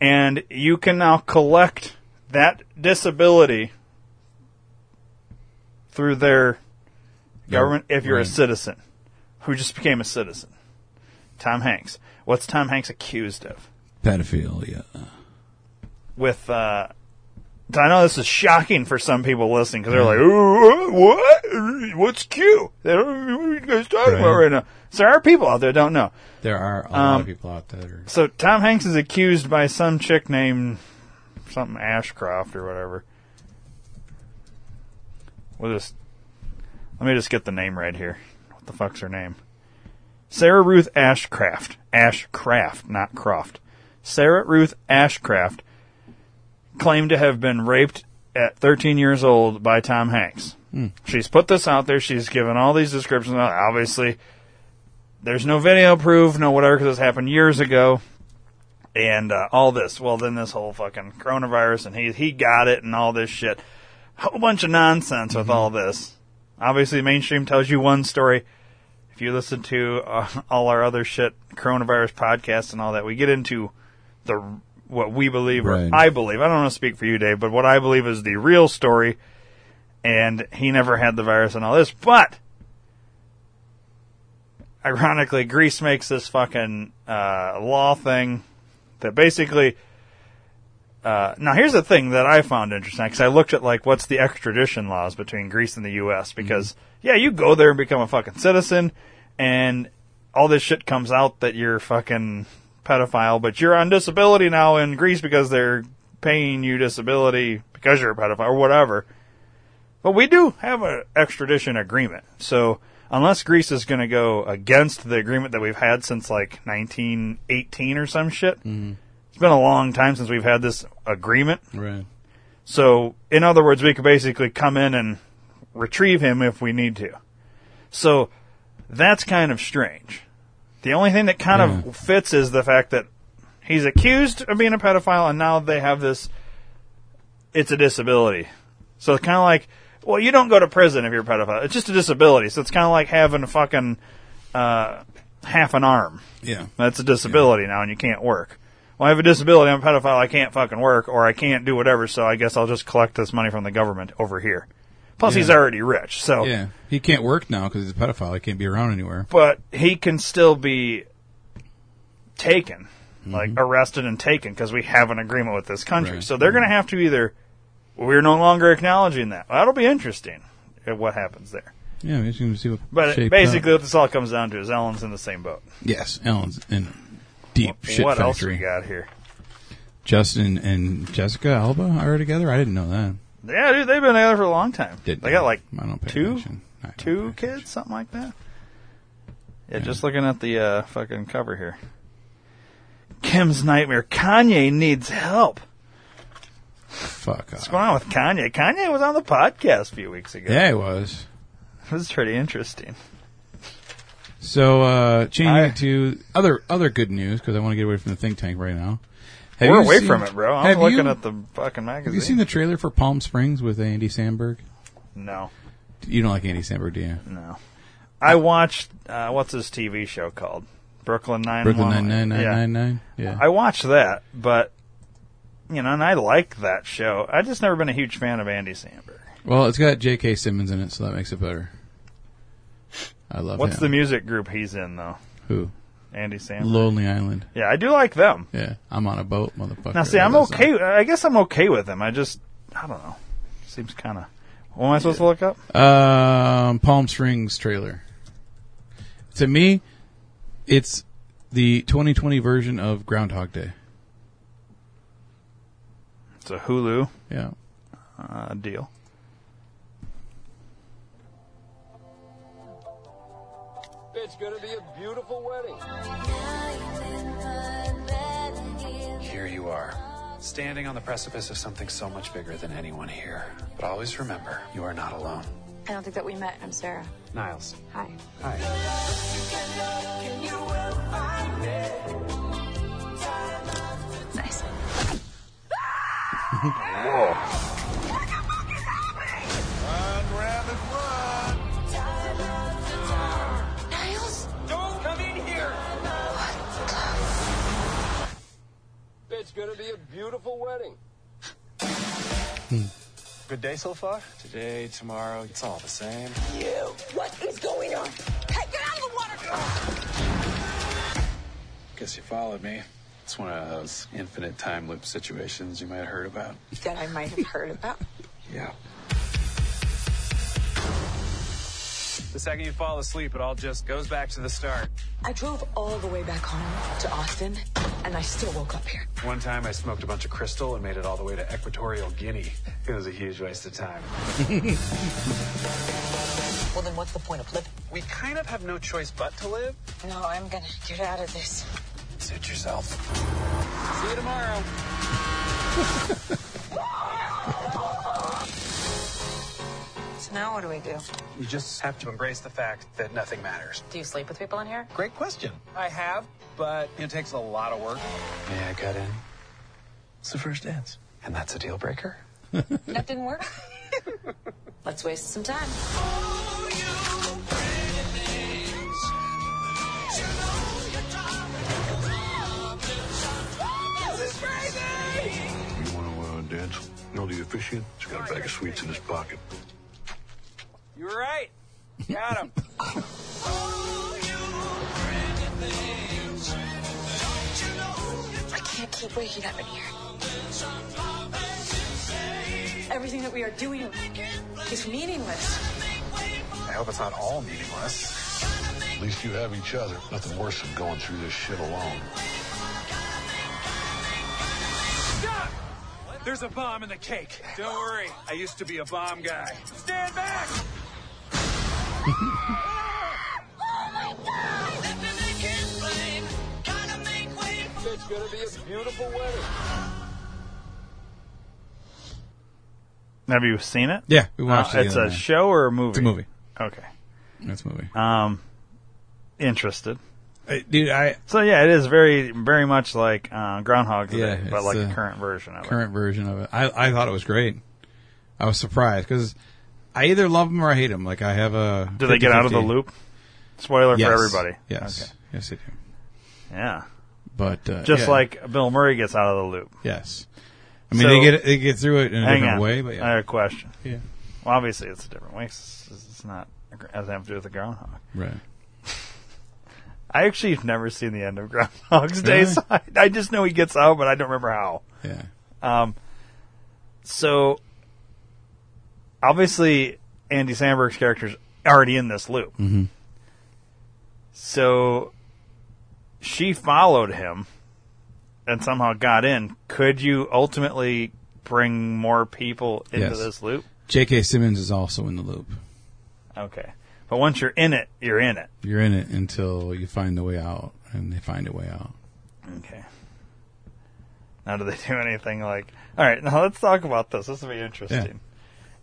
[SPEAKER 2] and you can now collect that disability through their government if you're
[SPEAKER 3] right.
[SPEAKER 2] a citizen who just became a citizen. Tom Hanks. What's Tom Hanks accused of?
[SPEAKER 3] Pedophilia.
[SPEAKER 2] with uh I know this is shocking for some people listening because they're like, "Ooh, what? What's Q? They don't, what are you guys talking about
[SPEAKER 3] Right.
[SPEAKER 2] right now?" So there are people out there don't know.
[SPEAKER 3] There are a lot
[SPEAKER 2] Um,
[SPEAKER 3] of people out there. that are-
[SPEAKER 2] So Tom Hanks is accused by some chick named something Ashcroft or whatever. We'll just let me just get the name right here. What the fuck's her name? Sarah Ruth Ashcraft. Ashcraft, not Croft. Sarah Ruth Ashcraft claimed to have been raped at 13 years old by Tom Hanks. She's put this out there. She's given all these descriptions. Now, Obviously, there's no video proof, no whatever, because this happened years ago, and uh, all this. Well, then this whole fucking coronavirus, and he he got it, and all this shit, whole bunch of nonsense with all this. Obviously, mainstream tells you one story. If you listen to uh, all our other shit, coronavirus podcasts and all that, we get into the what we believe or
[SPEAKER 3] Right.
[SPEAKER 2] I believe. I don't want to speak for you, Dave, but what I believe is the real story. And he never had the virus and all this, but ironically, Greece makes this fucking uh, law thing that basically. Uh, now, here's the thing that I found interesting because I looked at like what's the extradition laws between Greece and the U.S. Because yeah, you go there and become a fucking citizen, and all this shit comes out that you're fucking pedophile, but you're on disability now in Greece because they're paying you disability because you're a pedophile or whatever. But we do have an extradition agreement. So unless Greece is going to go against the agreement that we've had since like 1918 or some shit, it's been a long time since we've had this agreement.
[SPEAKER 3] Right.
[SPEAKER 2] So in other words, we could basically come in and retrieve him if we need to. So that's kind of strange. The only thing that kind
[SPEAKER 3] Yeah.
[SPEAKER 2] of fits is the fact that he's accused of being a pedophile, and now they have this. It's a disability So it's kind of like, well, you don't go to prison if you're a pedophile. It's just a disability. So it's kind of like having a fucking uh, half an arm.
[SPEAKER 3] Yeah.
[SPEAKER 2] That's a disability now, and you can't work. Well, I have a disability. I'm a pedophile. I can't fucking work, or I can't do whatever. So I guess I'll just collect this money from the government over here. Plus, he's already rich, so
[SPEAKER 3] Yeah. He can't work now because he's a pedophile. He can't be around anywhere.
[SPEAKER 2] but he can still be taken, like arrested and taken, because we have an agreement with this country.
[SPEAKER 3] Mm-hmm. Right. Mm-hmm.
[SPEAKER 2] So they're going to have to either we're no longer acknowledging that. That'll be interesting uh, what happens there.
[SPEAKER 3] Yeah, we just gonna see what.
[SPEAKER 2] But
[SPEAKER 3] shape
[SPEAKER 2] basically,
[SPEAKER 3] up.
[SPEAKER 2] what this all comes down to is Ellen's in the same boat.
[SPEAKER 3] yes, Ellen's in a deep shit
[SPEAKER 2] what else
[SPEAKER 3] factory.
[SPEAKER 2] we got here?
[SPEAKER 3] Justin and Jessica Alba are together. I didn't know that.
[SPEAKER 2] Yeah, dude, they've been together for a long time.
[SPEAKER 3] Didn't
[SPEAKER 2] they
[SPEAKER 3] know.
[SPEAKER 2] got like
[SPEAKER 3] I don't pay
[SPEAKER 2] two,
[SPEAKER 3] attention. I don't
[SPEAKER 2] two
[SPEAKER 3] pay
[SPEAKER 2] kids, something like that. Yeah, just looking at the uh, fucking cover here. Kim's nightmare. Kanye needs help.
[SPEAKER 3] Fuck
[SPEAKER 2] What's
[SPEAKER 3] off.
[SPEAKER 2] going on with Kanye? Kanye was on the podcast a few weeks ago.
[SPEAKER 3] Yeah, it was.
[SPEAKER 2] It was pretty interesting.
[SPEAKER 3] So uh changing
[SPEAKER 2] I-
[SPEAKER 3] it to other other good news because I want to get away from the think tank right now. Have
[SPEAKER 2] We're
[SPEAKER 3] you
[SPEAKER 2] away
[SPEAKER 3] seen-
[SPEAKER 2] from it, bro.
[SPEAKER 3] have
[SPEAKER 2] I'm looking
[SPEAKER 3] you,
[SPEAKER 2] at the fucking magazine.
[SPEAKER 3] Have you seen the trailer for Palm Springs with Andy Sandberg?
[SPEAKER 2] no,
[SPEAKER 3] You don't like Andy Sandberg, do you?
[SPEAKER 2] no. I watched, uh, what's his TV show called? Brooklyn Nine.
[SPEAKER 3] Brooklyn Nine Nine Nine Nine Nine. Yeah.
[SPEAKER 2] I watched that, but, you know, and I liked that show. i just never been a huge fan of Andy Samberg.
[SPEAKER 3] Well, it's got J.K. Simmons in it, so that makes it better. I love
[SPEAKER 2] What's
[SPEAKER 3] him.
[SPEAKER 2] the music group he's in, though?
[SPEAKER 3] Who?
[SPEAKER 2] Andy Samberg.
[SPEAKER 3] Lonely Island.
[SPEAKER 2] yeah, I do like them.
[SPEAKER 3] Yeah, I'm on a boat, motherfucker.
[SPEAKER 2] Now, see,
[SPEAKER 3] I
[SPEAKER 2] I'm
[SPEAKER 3] love that
[SPEAKER 2] okay.
[SPEAKER 3] song.
[SPEAKER 2] I guess I'm okay with him. I just, I don't know. Seems kind of. What am I supposed to look up?
[SPEAKER 3] Um, Palm Springs trailer. To me, it's the 2020 version of Groundhog Day.
[SPEAKER 2] It's a Hulu
[SPEAKER 3] Yeah.
[SPEAKER 2] uh, deal.
[SPEAKER 4] It's gonna be a beautiful wedding.
[SPEAKER 5] Here you are, standing on the precipice of something so much bigger than anyone here. But always remember, you are not alone.
[SPEAKER 6] I don't think that we met. I'm Sarah.
[SPEAKER 5] Niles.
[SPEAKER 6] Hi.
[SPEAKER 5] Hi.
[SPEAKER 6] Nice. Niles?
[SPEAKER 4] Don't come in here! It's gonna be a beautiful wedding.
[SPEAKER 5] Good day so far? Today, tomorrow, it's all the same.
[SPEAKER 7] What is going on? Hey, get out of the water!
[SPEAKER 5] Guess you followed me. It's one of those infinite time loop situations you might have heard about.
[SPEAKER 7] That I might have heard about.
[SPEAKER 5] Yeah. The second you fall asleep, it all just goes back to the start.
[SPEAKER 7] (laughs) I drove all the way back home to Austin, and I still woke up here.
[SPEAKER 5] One time I smoked a bunch of crystal and made it all the way to Equatorial Guinea. It was a huge waste of time.
[SPEAKER 7] Well, then what's the point of living?
[SPEAKER 5] We kind of have no choice but to live.
[SPEAKER 7] No, I'm gonna get out of this.
[SPEAKER 5] Suit yourself. See you tomorrow.
[SPEAKER 7] So now what do we do?
[SPEAKER 5] You just have to embrace the fact that nothing matters.
[SPEAKER 6] Do you sleep with people in
[SPEAKER 7] (laughs)
[SPEAKER 6] here?
[SPEAKER 5] Great question. I have, but it takes a lot of work. May I cut in? It's the first dance. And that's a deal breaker?
[SPEAKER 6] That didn't
[SPEAKER 7] (laughs)
[SPEAKER 6] work. Let's waste some time.
[SPEAKER 8] You want to uh, dance? You know the officiant? He's got a bag of sweets in his pocket.
[SPEAKER 4] You were right. Got him.
[SPEAKER 7] I can't keep waking up in here. Everything that we are doing is meaningless.
[SPEAKER 5] I hope it's not all meaningless.
[SPEAKER 8] At least you have each other. Nothing worse than going through this shit alone.
[SPEAKER 4] There's a bomb in the cake. Don't worry. I used to be a bomb guy. Stand back! It's gonna be a beautiful wedding.
[SPEAKER 2] Have you seen it?
[SPEAKER 3] Yeah, we watched
[SPEAKER 2] Uh,
[SPEAKER 3] it. the
[SPEAKER 2] it's
[SPEAKER 3] other
[SPEAKER 2] a
[SPEAKER 3] night.
[SPEAKER 2] show or a movie?
[SPEAKER 3] It's a movie.
[SPEAKER 2] Okay.
[SPEAKER 3] It's a movie.
[SPEAKER 2] Um, interested.
[SPEAKER 3] Uh, dude, I
[SPEAKER 2] So yeah, it is very, very much like uh, Groundhog Day,
[SPEAKER 3] Yeah,
[SPEAKER 2] but
[SPEAKER 3] it's
[SPEAKER 2] like the
[SPEAKER 3] the
[SPEAKER 2] current version of
[SPEAKER 3] current version of it. I I thought it was great. I was surprised because I either love them or I hate them. Like I have a.
[SPEAKER 2] Do they get out of the
[SPEAKER 3] 50-50.
[SPEAKER 2] loop? Spoiler
[SPEAKER 3] Yes.
[SPEAKER 2] for everybody.
[SPEAKER 3] Yes.
[SPEAKER 2] Okay.
[SPEAKER 3] Yes, they do.
[SPEAKER 2] Yeah.
[SPEAKER 3] But uh,
[SPEAKER 2] Just
[SPEAKER 3] yeah.
[SPEAKER 2] like Bill Murray gets out of the loop.
[SPEAKER 3] yes, I mean
[SPEAKER 2] So-
[SPEAKER 3] they get they get through it in a
[SPEAKER 2] Hang
[SPEAKER 3] different
[SPEAKER 2] on.
[SPEAKER 3] way. But
[SPEAKER 2] I
[SPEAKER 3] yeah,
[SPEAKER 2] have a question.
[SPEAKER 3] yeah.
[SPEAKER 2] Well, obviously it's a different way. 'cause It's, it's not it doesn't have to do with the groundhog.
[SPEAKER 3] right.
[SPEAKER 2] I actually have never seen the end of Groundhog's Day.
[SPEAKER 3] Really?
[SPEAKER 2] So I, I just know he gets out, but I don't remember how.
[SPEAKER 3] Yeah.
[SPEAKER 2] Um, so obviously Andy Sandberg's character's already in this loop. Mm-hmm. So she followed him and somehow got in. Could you ultimately bring more people into
[SPEAKER 3] Yes.
[SPEAKER 2] this loop?
[SPEAKER 3] J.K. Simmons is also in the loop.
[SPEAKER 2] Okay. But once you're in it, you're in it.
[SPEAKER 3] You're in it until you find the way out, and they find a way out.
[SPEAKER 2] Okay. Now, do they do anything like? All right, now let's talk about this. This will be interesting.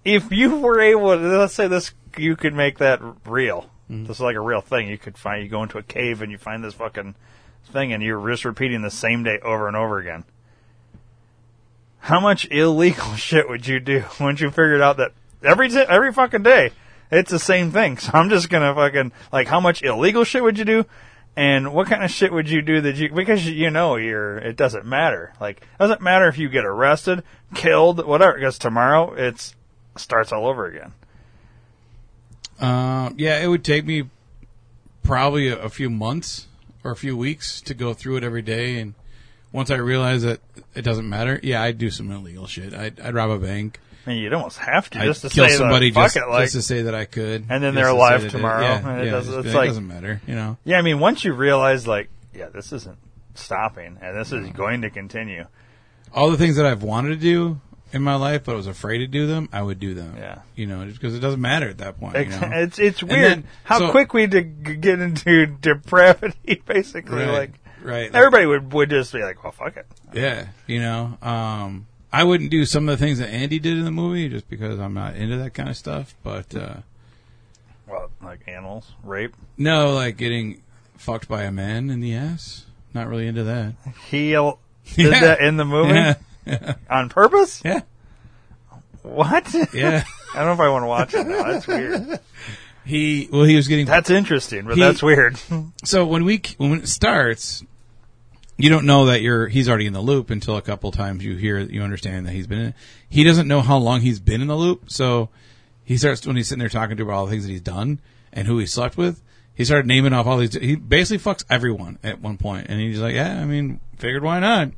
[SPEAKER 2] If you were able, to, let's say this, you could make that r- real. This is like a real thing. You could find. You go into a cave and you find this fucking thing, and you're just repeating the same day over and over again. How much illegal (laughs) shit would you do once you figured out that every t- every fucking day it's the same thing? So I'm just gonna fucking like how much illegal shit would you do, and what kind of shit would you do that you because you know you're it doesn't matter. Like it doesn't matter if you get arrested, killed, whatever. Because tomorrow it's starts all over again.
[SPEAKER 3] Uh, yeah, it would take me probably a, a few months or a few weeks to go through it every day. And once I realize that it doesn't matter, yeah, I'd do some illegal shit. I'd, I'd rob a bank.
[SPEAKER 2] I mean, you'd almost have to
[SPEAKER 3] I'd
[SPEAKER 2] just to
[SPEAKER 3] kill
[SPEAKER 2] say,
[SPEAKER 3] somebody
[SPEAKER 2] like, fuck
[SPEAKER 3] just,
[SPEAKER 2] it, like
[SPEAKER 3] just to say that I could.
[SPEAKER 2] And then
[SPEAKER 3] Just
[SPEAKER 2] they're
[SPEAKER 3] to say
[SPEAKER 2] alive
[SPEAKER 3] that it-
[SPEAKER 2] tomorrow,
[SPEAKER 3] yeah,
[SPEAKER 2] and it
[SPEAKER 3] yeah,
[SPEAKER 2] doesn't-
[SPEAKER 3] just be
[SPEAKER 2] it's
[SPEAKER 3] like,
[SPEAKER 2] like-
[SPEAKER 3] it doesn't matter, you know.
[SPEAKER 2] Yeah, I mean, once you realize, like, yeah, this isn't stopping, and this
[SPEAKER 3] Mm.
[SPEAKER 2] is going to continue.
[SPEAKER 3] All the things that I've wanted to do in my life, but I was afraid to do them, I would do them.
[SPEAKER 2] Yeah.
[SPEAKER 3] You know, just because it doesn't matter at that point. You know?
[SPEAKER 2] It's it's
[SPEAKER 3] And
[SPEAKER 2] weird
[SPEAKER 3] then-
[SPEAKER 2] how
[SPEAKER 3] so-
[SPEAKER 2] quick we de- get into (laughs) depravity. (laughs) Basically,
[SPEAKER 3] Right,
[SPEAKER 2] like
[SPEAKER 3] right, like-
[SPEAKER 2] everybody would would just be like, "Well, fuck it."
[SPEAKER 3] Yeah, you know, um, I wouldn't do some of the things that Andy did in the movie just because I'm not into that kind of stuff. But uh,
[SPEAKER 2] Well, like animals, rape.
[SPEAKER 3] no, like getting fucked by a man in the ass, not really into that.
[SPEAKER 2] He al- did
[SPEAKER 3] (laughs) Yeah.
[SPEAKER 2] that in the movie
[SPEAKER 3] Yeah,
[SPEAKER 2] on purpose.
[SPEAKER 3] yeah,
[SPEAKER 2] What? (laughs)
[SPEAKER 3] yeah.
[SPEAKER 2] I don't know if I want to watch it. Now. That's weird.
[SPEAKER 3] he well, he was getting
[SPEAKER 2] That's interesting, but
[SPEAKER 3] He-
[SPEAKER 2] that's weird.
[SPEAKER 3] so when we when it starts, you don't know that you're he's already in the loop until a couple times you hear you understand that he's been in. it. He doesn't know how long he's been in the loop, so he starts when he's sitting there talking to her about all the things that he's done and who he slept with. He started naming off all these. He basically fucks everyone at one point, and he's like, "Yeah, I mean, figured why not."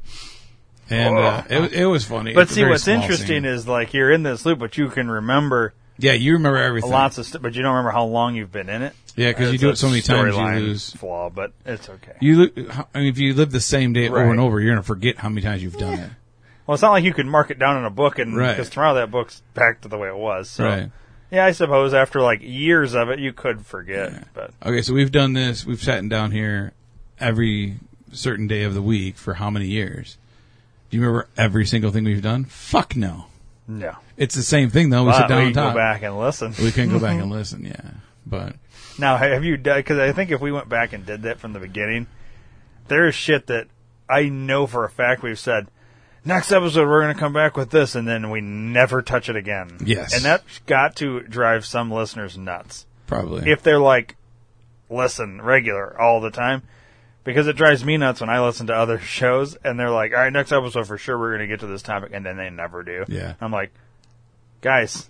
[SPEAKER 3] And uh, it was- it was funny.
[SPEAKER 2] (laughs) but
[SPEAKER 3] It's a
[SPEAKER 2] see,
[SPEAKER 3] very
[SPEAKER 2] what's
[SPEAKER 3] small
[SPEAKER 2] interesting
[SPEAKER 3] scene.
[SPEAKER 2] is like you're in this loop, but you can remember
[SPEAKER 3] yeah, you remember everything.
[SPEAKER 2] lots of stuff, but you don't remember how long you've been in it.
[SPEAKER 3] Yeah, 'cause you
[SPEAKER 2] It's
[SPEAKER 3] do
[SPEAKER 2] a
[SPEAKER 3] it so many times, you
[SPEAKER 2] storyline
[SPEAKER 3] lose-
[SPEAKER 2] flaw, but it's okay.
[SPEAKER 3] you, li- how- I mean, if you live the same day
[SPEAKER 2] Right.
[SPEAKER 3] over and over, you're gonna forget how many times you've done it.
[SPEAKER 2] Well, it's not like you can mark it down in a book, and
[SPEAKER 3] Right.
[SPEAKER 2] because tomorrow that book's back to the way it was. So,
[SPEAKER 3] Right.
[SPEAKER 2] yeah, I suppose after like years of it, you could forget. But
[SPEAKER 3] Okay, so we've done this. We've sat down here every certain day of the week for how many years? Do you remember every single thing we've done? Fuck no.
[SPEAKER 2] no,
[SPEAKER 3] It's the same thing though. We
[SPEAKER 2] but
[SPEAKER 3] sit down
[SPEAKER 2] we
[SPEAKER 3] and
[SPEAKER 2] can go
[SPEAKER 3] talk.
[SPEAKER 2] back and listen.
[SPEAKER 3] We can go (laughs) back and listen. Yeah, but
[SPEAKER 2] Now, have you? Because I think if we went back and did that from the beginning, there is shit that I know for a fact we've said. Next episode, we're going to come back with this, and then we never touch it again.
[SPEAKER 3] Yes.
[SPEAKER 2] and that's got to drive some listeners nuts.
[SPEAKER 3] probably
[SPEAKER 2] if they're like listen regular all the time because it drives me nuts when I listen to other (laughs) shows and they're like, "All right, next episode for sure we're going to get to this topic," and then they never do.
[SPEAKER 3] Yeah.
[SPEAKER 2] I'm like, guys,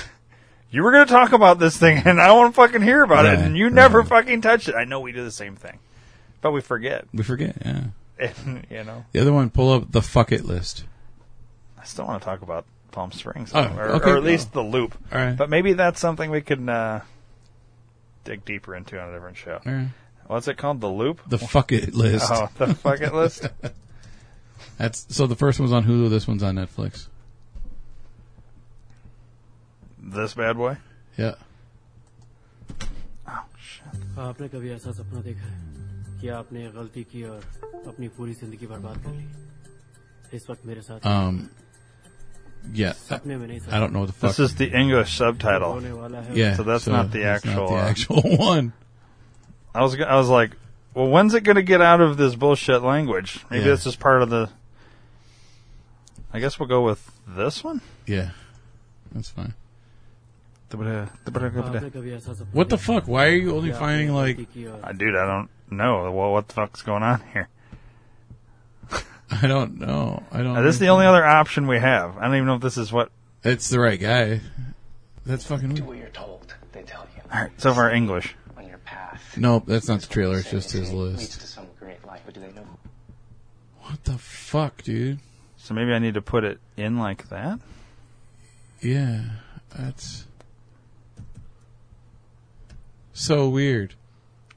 [SPEAKER 2] (laughs) you were going to talk about this thing, (laughs) and I don't want to fucking hear about
[SPEAKER 3] Right,
[SPEAKER 2] it, and you never
[SPEAKER 3] right.
[SPEAKER 2] fucking touched it. I know we do the same thing, but we forget. (laughs)
[SPEAKER 3] we forget. Yeah.
[SPEAKER 2] you know,
[SPEAKER 3] The other one, pull up the fuck it list.
[SPEAKER 2] I still want to talk about Palm Springs,
[SPEAKER 3] Oh,
[SPEAKER 2] or,
[SPEAKER 3] okay.
[SPEAKER 2] or at least the loop.
[SPEAKER 3] All right.
[SPEAKER 2] But maybe that's something we can uh, dig deeper into on a different show.
[SPEAKER 3] All right.
[SPEAKER 2] What's it called? The loop?
[SPEAKER 3] The fuck it list. (laughs)
[SPEAKER 2] Oh, the fucking list.
[SPEAKER 3] That's so. The first one's on Hulu. This one's on Netflix.
[SPEAKER 2] This bad boy.
[SPEAKER 3] Yeah.
[SPEAKER 9] आपने कभी ऐसा सपना देखा है कि आपने गलती की और अपनी पूरी जिंदगी बर्बाद कर ली इस वक्त मेरे साथ
[SPEAKER 3] Um. Yeah.
[SPEAKER 9] सपने में नहीं
[SPEAKER 3] I don't know what the fuck.
[SPEAKER 2] This is the English subtitle.
[SPEAKER 9] होने वाला है
[SPEAKER 3] yeah.
[SPEAKER 2] so that's not the
[SPEAKER 3] that's
[SPEAKER 2] actual,
[SPEAKER 3] the
[SPEAKER 2] uh,
[SPEAKER 3] actual (laughs) one.
[SPEAKER 2] I was go- I was like, well, when's it going to get out of this bullshit language? Maybe (laughs)
[SPEAKER 3] Yeah.
[SPEAKER 2] that's just part of the. I guess we'll go with this one.
[SPEAKER 3] Yeah. That's fine.
[SPEAKER 2] Uh,
[SPEAKER 9] आपने कभी ऐसा सपना
[SPEAKER 3] What the
[SPEAKER 9] देखा?
[SPEAKER 3] fuck? Why are you only
[SPEAKER 9] क्या आपने
[SPEAKER 3] finding like?
[SPEAKER 9] गलती की और
[SPEAKER 2] Uh, dude, I don't know. Well, what the fuck's going on here?
[SPEAKER 3] I don't know. I don't.
[SPEAKER 2] Now, this is the only other option we have. I don't even know if this is what.
[SPEAKER 3] It's the right guy. That's fucking
[SPEAKER 5] Do
[SPEAKER 3] weird.
[SPEAKER 5] what you're told, they tell you.
[SPEAKER 2] All right, so far English.
[SPEAKER 5] On your path.
[SPEAKER 3] Nope, that's not the trailer. It's
[SPEAKER 5] Say
[SPEAKER 3] just his
[SPEAKER 5] it Leads
[SPEAKER 3] list.
[SPEAKER 5] to some great life, but do they know?
[SPEAKER 3] What the fuck, dude?
[SPEAKER 2] So maybe I need to put it in like that.
[SPEAKER 3] Yeah, that's so weird.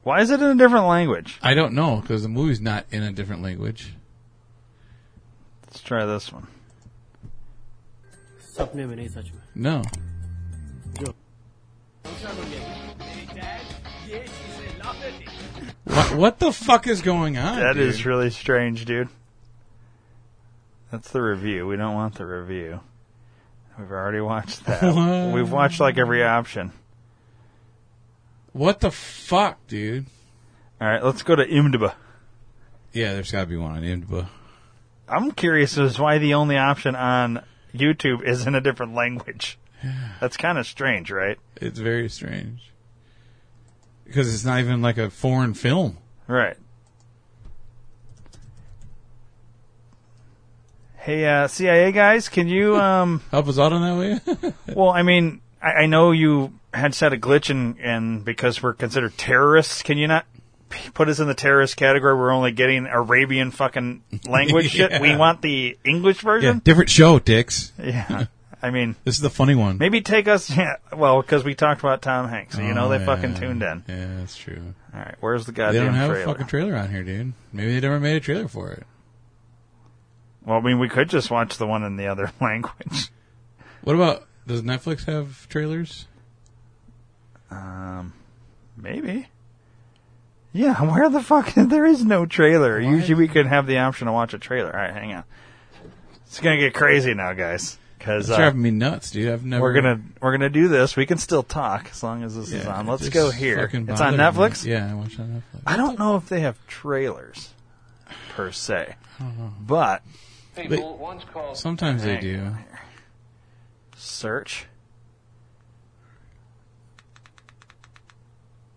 [SPEAKER 2] Why is it in a different language?
[SPEAKER 3] I don't know because the movie's not in a different language.
[SPEAKER 2] Let's try this one.
[SPEAKER 9] सपने में नहीं सच में
[SPEAKER 3] No, what, what the fuck is going
[SPEAKER 2] (laughs)
[SPEAKER 3] on?
[SPEAKER 2] That
[SPEAKER 3] dude?
[SPEAKER 2] is really strange, dude. That's the review. We don't want the review. We've already watched that.
[SPEAKER 3] What?
[SPEAKER 2] We've watched like every option.
[SPEAKER 3] what the fuck, dude.
[SPEAKER 2] All right, let's go to IMDb.
[SPEAKER 3] Yeah, there's got to be one on IMDb.
[SPEAKER 2] I'm curious as why the only option on YouTube is in a different language. That's kind of strange, right?
[SPEAKER 3] It's very strange because it's not even like a foreign film.
[SPEAKER 2] Right. Hey, uh, CIA guys, can you, um,
[SPEAKER 3] Help us out on that way.
[SPEAKER 2] well, I mean, I, I know you had said a glitch and, and because we're considered terrorists, can you not p- put us in the terrorist category? We're only getting Arabian fucking language shit. We
[SPEAKER 3] (laughs) Yeah.
[SPEAKER 2] want the English
[SPEAKER 3] (laughs) yeah,
[SPEAKER 2] version?
[SPEAKER 3] different show, dicks.
[SPEAKER 2] yeah. I mean,
[SPEAKER 3] This is the funny one.
[SPEAKER 2] Maybe take us, yeah, well, because we talked about Tom Hanks, so you know
[SPEAKER 3] Oh,
[SPEAKER 2] they
[SPEAKER 3] yeah.
[SPEAKER 2] fucking tuned in.
[SPEAKER 3] Yeah, that's true.
[SPEAKER 2] All right, where's the
[SPEAKER 3] They
[SPEAKER 2] goddamn
[SPEAKER 3] don't have a
[SPEAKER 2] trailer?
[SPEAKER 3] fucking trailer on here, dude. Maybe they never made a trailer for it.
[SPEAKER 2] well, I mean, we could just watch the one in the other (laughs) language.
[SPEAKER 3] What about does Netflix have trailers?
[SPEAKER 2] Um, maybe. Yeah, (laughs) where the fuck? There is no trailer. Usually we could have the option to watch a trailer. All right, hang on. It's gonna get crazy now, guys, because uh,
[SPEAKER 3] It's driving me nuts, dude. I've never.
[SPEAKER 2] we're gonna we're gonna do this. We can still talk as long as this is
[SPEAKER 3] Yeah,
[SPEAKER 2] on.
[SPEAKER 3] it
[SPEAKER 2] Let's
[SPEAKER 3] just
[SPEAKER 2] go here.
[SPEAKER 3] fucking
[SPEAKER 2] It's on
[SPEAKER 3] bothers
[SPEAKER 2] Netflix.
[SPEAKER 3] me. Yeah, I watch it on Netflix.
[SPEAKER 2] I don't know if they have trailers per se, but
[SPEAKER 3] People
[SPEAKER 5] once called
[SPEAKER 3] Sometimes they do.
[SPEAKER 2] search.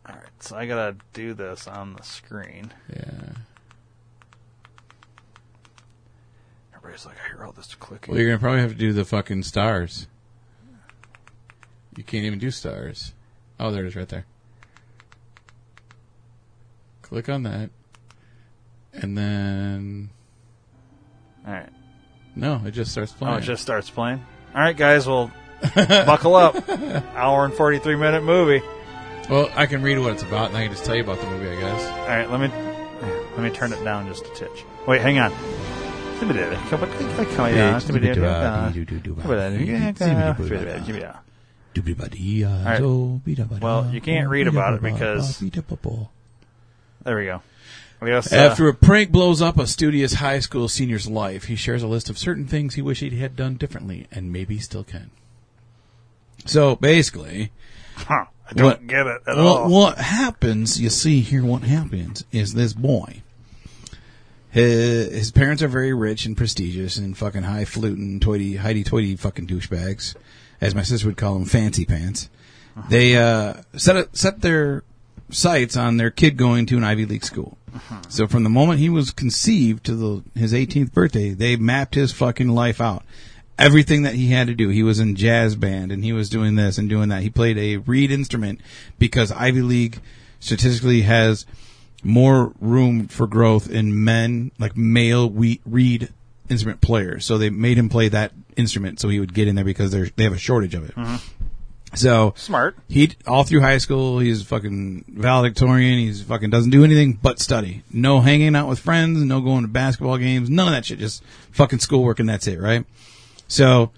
[SPEAKER 2] All right, so I gotta do this on the screen.
[SPEAKER 3] Yeah.
[SPEAKER 2] Everybody's like, I hear all this clicking.
[SPEAKER 3] Well, you're gonna probably have to do the fucking stars. You can't even do stars. Oh, there it is, right there. Click on that, and then
[SPEAKER 2] All right.
[SPEAKER 3] no, it just starts
[SPEAKER 2] Oh,
[SPEAKER 3] playing.
[SPEAKER 2] it just starts playing. All right, guys, well, buckle up. Hour and 43 minute movie.
[SPEAKER 3] Well, I can read what it's about, and I can just tell you about the movie, I guess.
[SPEAKER 2] All right, let me let me turn it down just a titch. Wait, hang on. right. Well, you can't read about it because- There we go. We also,
[SPEAKER 3] After a prank blows up a studious high school senior's life, he shares a list of certain things he wished he had done differently, and maybe still can. So basically,
[SPEAKER 2] huh, I don't
[SPEAKER 3] What-
[SPEAKER 2] get it at
[SPEAKER 3] what,
[SPEAKER 2] all.
[SPEAKER 3] what happens, you see here, what happens is this boy. His, his parents are very rich and prestigious and fucking highfalutin, toity, hoity-toity fucking douchebags, as my sister would call them, fancy pants. They uh, set a, set their sights on their kid going to an Ivy League school. So from the moment he was conceived to the, his 18th birthday, they mapped his fucking life out. Everything that he had to do. He was in jazz band and he was doing this and doing that. He played a reed instrument because Ivy League statistically has more room for growth in men, like male we- reed instrument players. So they made him play that instrument so he would get in there because they're, they have a shortage of it. So
[SPEAKER 2] Smart.
[SPEAKER 3] he all through high school, he's fucking valedictorian. He's fucking doesn't do anything but study. No hanging out with friends. No going to basketball games. None of that shit. Just fucking schoolwork and that's it, right? So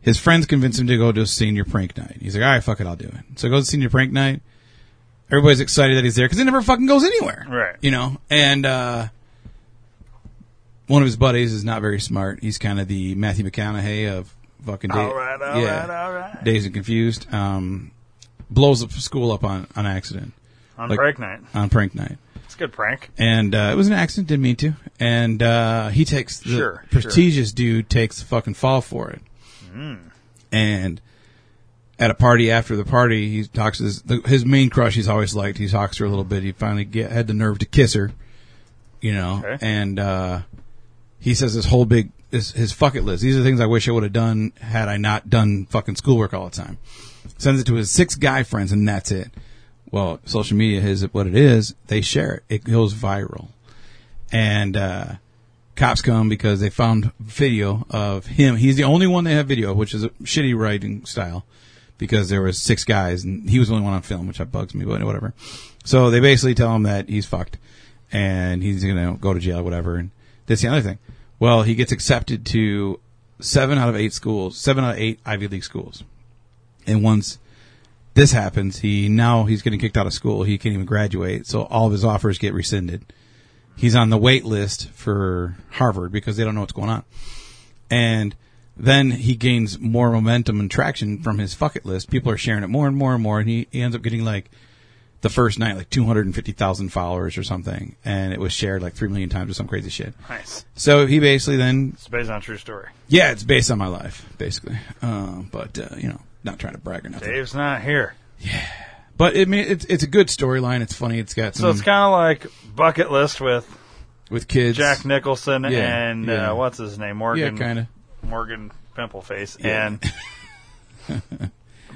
[SPEAKER 3] his friends convince him to go to a senior prank night. He's like, all right, fuck it, I'll do it. So he goes to senior prank night. Everybody's excited that he's there because he never fucking goes anywhere,
[SPEAKER 2] Right.
[SPEAKER 3] You know, and uh, one of his buddies is not very smart. He's kind of the Matthew McConaughey of fucking. da-
[SPEAKER 2] All right, all
[SPEAKER 3] yeah.
[SPEAKER 2] right, all right.
[SPEAKER 3] Dazed and Confused, um, blows up school up on, on accident
[SPEAKER 2] On
[SPEAKER 3] like-
[SPEAKER 2] break night.
[SPEAKER 3] on prank night,
[SPEAKER 2] It's a good prank.
[SPEAKER 3] and uh, it was an accident. Didn't mean to. And uh, he takes the
[SPEAKER 2] Sure, Hmm.
[SPEAKER 3] prestigious dude takes the fucking fall for it. and at a party after the party, he talks to his, the, his main crush. He's always liked. He talks to her a little bit. He finally get, had the nerve to kiss her, you know.
[SPEAKER 2] Okay.
[SPEAKER 3] And uh, he says this whole big this, his fuck it list. These are the things I wish I would have done had I not done fucking schoolwork all the time. Sends it to his six guy friends, and that's it. Well, social media is what it is. They share it. It goes viral, and uh, cops come because they found video of him. He's the only one they have video, of, which is a shitty writing style because there was six guys and he was the only one on film, which that bugs me, but whatever. So they basically tell him that he's fucked and he's gonna go to jail or whatever. And that's the other thing. Well, he gets accepted to seven out of eight schools, seven out of eight Ivy League schools. And once this happens, he now he's getting kicked out of school. He can't even graduate, so all of his offers get rescinded. He's on the wait list for Harvard because they don't know what's going on and then he gains more momentum and traction from his fuck it list. People are sharing it more and more and more, and he, he ends up getting like the first night like 250,000 followers or something, and it was shared like three million times or some crazy shit.
[SPEAKER 2] Nice.
[SPEAKER 3] So he basically then,
[SPEAKER 2] It's based on a true story.
[SPEAKER 3] yeah, it's based on my life basically, um, but uh, you know, not trying to brag or nothing.
[SPEAKER 2] Dave's not here.
[SPEAKER 3] But I mean, it's it's a good storyline. It's funny. It's got
[SPEAKER 2] So
[SPEAKER 3] some
[SPEAKER 2] it's kind of like bucket list with
[SPEAKER 3] with kids.
[SPEAKER 2] Jack Nicholson
[SPEAKER 3] Yeah,
[SPEAKER 2] and
[SPEAKER 3] yeah.
[SPEAKER 2] Uh, what's his name
[SPEAKER 3] yeah,
[SPEAKER 2] Morgan
[SPEAKER 3] kind of.
[SPEAKER 2] Morgan Pimpleface
[SPEAKER 3] Yeah.
[SPEAKER 2] and
[SPEAKER 3] (laughs)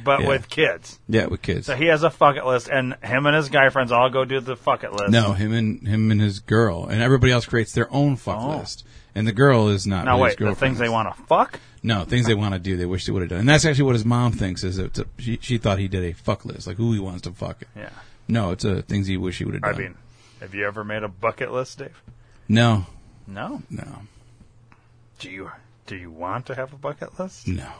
[SPEAKER 2] but
[SPEAKER 3] Yeah.
[SPEAKER 2] with kids.
[SPEAKER 3] Yeah, with kids.
[SPEAKER 2] So he has a fuck it list, and him and his guy friends all go do the fuck it list.
[SPEAKER 3] No, him and him and his girl, and everybody else creates their own fuck
[SPEAKER 2] Oh.
[SPEAKER 3] list. And the girl is not.
[SPEAKER 2] Now
[SPEAKER 3] really
[SPEAKER 2] wait,
[SPEAKER 3] his
[SPEAKER 2] the things
[SPEAKER 3] girlfriend.
[SPEAKER 2] they want to fuck.
[SPEAKER 3] No, things they want to do. They wish they would have done. And that's actually what his mom thinks. Is it's a, she, she thought he did a fuck list, like who he wants to fuck.
[SPEAKER 2] Yeah,
[SPEAKER 3] No, it's a things he wish he would have
[SPEAKER 2] I
[SPEAKER 3] done.
[SPEAKER 2] mean, have you ever made a bucket list, Dave?
[SPEAKER 3] no,
[SPEAKER 2] No.
[SPEAKER 3] no,
[SPEAKER 2] Do you do you want to have a bucket list?
[SPEAKER 3] no,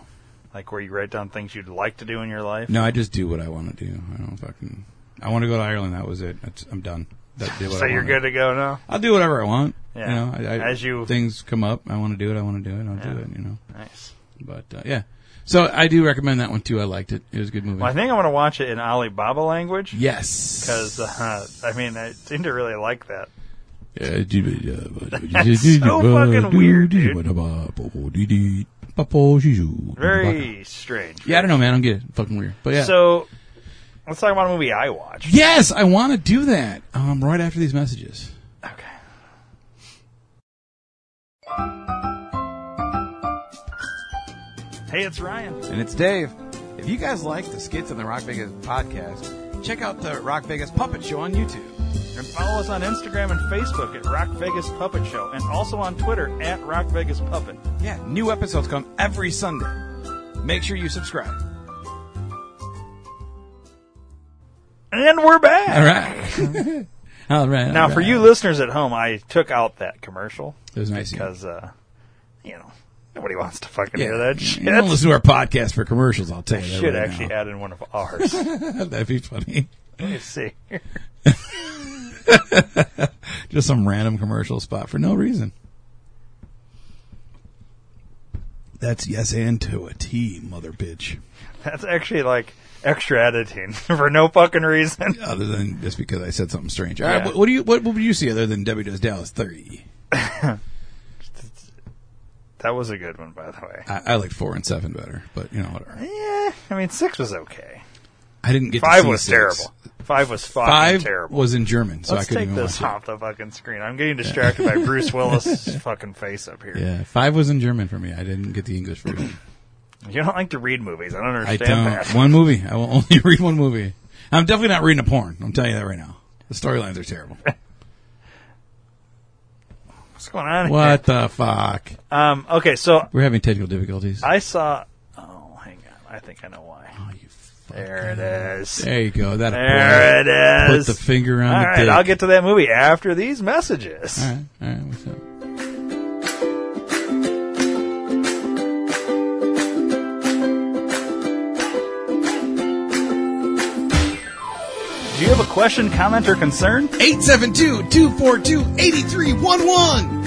[SPEAKER 2] Like where you write down things you'd like to do in your life?
[SPEAKER 3] no. I just do what I want to do. I don't fucking. I want to go to Ireland. That was it. That's, I'm done. That did what
[SPEAKER 2] So
[SPEAKER 3] I
[SPEAKER 2] you're
[SPEAKER 3] wanted.
[SPEAKER 2] good to go now.
[SPEAKER 3] I'll do whatever I want.
[SPEAKER 2] Yeah.
[SPEAKER 3] You know, I, I,
[SPEAKER 2] As you-
[SPEAKER 3] things come up, I want to do it. I want to do it. I'll do
[SPEAKER 2] Yeah.
[SPEAKER 3] it. You know,
[SPEAKER 2] Nice.
[SPEAKER 3] but uh, yeah. So I do recommend that one too. I liked it. It was a good movie.
[SPEAKER 2] Well, I think I'm gonna watch it in Alibaba language.
[SPEAKER 3] Yes.
[SPEAKER 2] Because uh, I mean, I seem to really like that.
[SPEAKER 3] That's
[SPEAKER 2] so fucking weird, dude.
[SPEAKER 3] Very.
[SPEAKER 2] Very strange.
[SPEAKER 3] Yeah, I don't know, man. I don't get it. Fucking weird. But yeah.
[SPEAKER 2] So let's talk about a movie I watched.
[SPEAKER 3] yes, I want to do that. Um, right after these messages.
[SPEAKER 2] Okay. Hey, it's Ryan.
[SPEAKER 3] And it's Dave. If you guys like the skits on the Rock Vegas podcast, check out the Rock Vegas Puppet Show on YouTube.
[SPEAKER 2] And follow us on Instagram and Facebook at Rock Vegas Puppet Show and also on Twitter at Rock Vegas Puppet.
[SPEAKER 3] Yeah, new episodes come every Sunday. Make sure you subscribe.
[SPEAKER 2] And we're back.
[SPEAKER 3] All right. (laughs) all right.
[SPEAKER 2] Now, for you listeners at home, I took out that commercial
[SPEAKER 3] it was nice.
[SPEAKER 2] because, uh, you know, nobody wants to fucking
[SPEAKER 3] yeah.
[SPEAKER 2] hear that
[SPEAKER 3] You
[SPEAKER 2] shit.
[SPEAKER 3] don't listen to our podcast for commercials. I'll tell you. that
[SPEAKER 2] Should
[SPEAKER 3] right
[SPEAKER 2] actually
[SPEAKER 3] now.
[SPEAKER 2] add in one of ours. (laughs)
[SPEAKER 3] (laughs) That'd be funny.
[SPEAKER 2] Let me see.
[SPEAKER 3] Just some random commercial spot for no reason. That's yes and to a T, mother bitch.
[SPEAKER 2] That's actually like extra editing (laughs) for no fucking reason.
[SPEAKER 3] Other than just because I said something strange. All right,
[SPEAKER 2] Yeah.
[SPEAKER 3] what, what do you what, what would you see other than Debbie Does Dallas three?
[SPEAKER 2] That was a good one, by the way.
[SPEAKER 3] I, I like four and seven better, but you know whatever.
[SPEAKER 2] Yeah, I mean six was okay.
[SPEAKER 3] I didn't get to
[SPEAKER 2] Five
[SPEAKER 3] see
[SPEAKER 2] was
[SPEAKER 3] six.
[SPEAKER 2] terrible. Five was fucking
[SPEAKER 3] Five
[SPEAKER 2] terrible.
[SPEAKER 3] was in German, so
[SPEAKER 2] Let's
[SPEAKER 3] I couldn't
[SPEAKER 2] take
[SPEAKER 3] even
[SPEAKER 2] this
[SPEAKER 3] watch
[SPEAKER 2] off the fucking screen. I'm getting distracted by
[SPEAKER 3] (laughs)
[SPEAKER 2] Bruce Willis' fucking face up here.
[SPEAKER 3] it. Yeah, five was in German for me. I didn't get the English version.
[SPEAKER 2] You don't like to read movies. I don't
[SPEAKER 3] I
[SPEAKER 2] understand
[SPEAKER 3] don't.
[SPEAKER 2] that.
[SPEAKER 3] One movie. I will (laughs) only read one movie. I'm definitely not reading a porn. I'm telling you that right now. The storylines are
[SPEAKER 2] (laughs)
[SPEAKER 3] terrible.
[SPEAKER 2] What's going on
[SPEAKER 3] What the fuck?
[SPEAKER 2] here? Um, okay, so
[SPEAKER 3] We're having technical difficulties.
[SPEAKER 2] I saw. Oh, hang on. I think I know why.
[SPEAKER 3] Oh, you fuck.
[SPEAKER 2] There it is.
[SPEAKER 3] There you go. That
[SPEAKER 2] There it
[SPEAKER 3] Put
[SPEAKER 2] is.
[SPEAKER 3] the finger on
[SPEAKER 2] All
[SPEAKER 3] the
[SPEAKER 2] right,
[SPEAKER 3] dick.
[SPEAKER 2] I'll get to that movie after these messages.
[SPEAKER 3] All right, all right. What's up?
[SPEAKER 2] Do you have a question, comment, or concern?
[SPEAKER 3] 872 242 8311.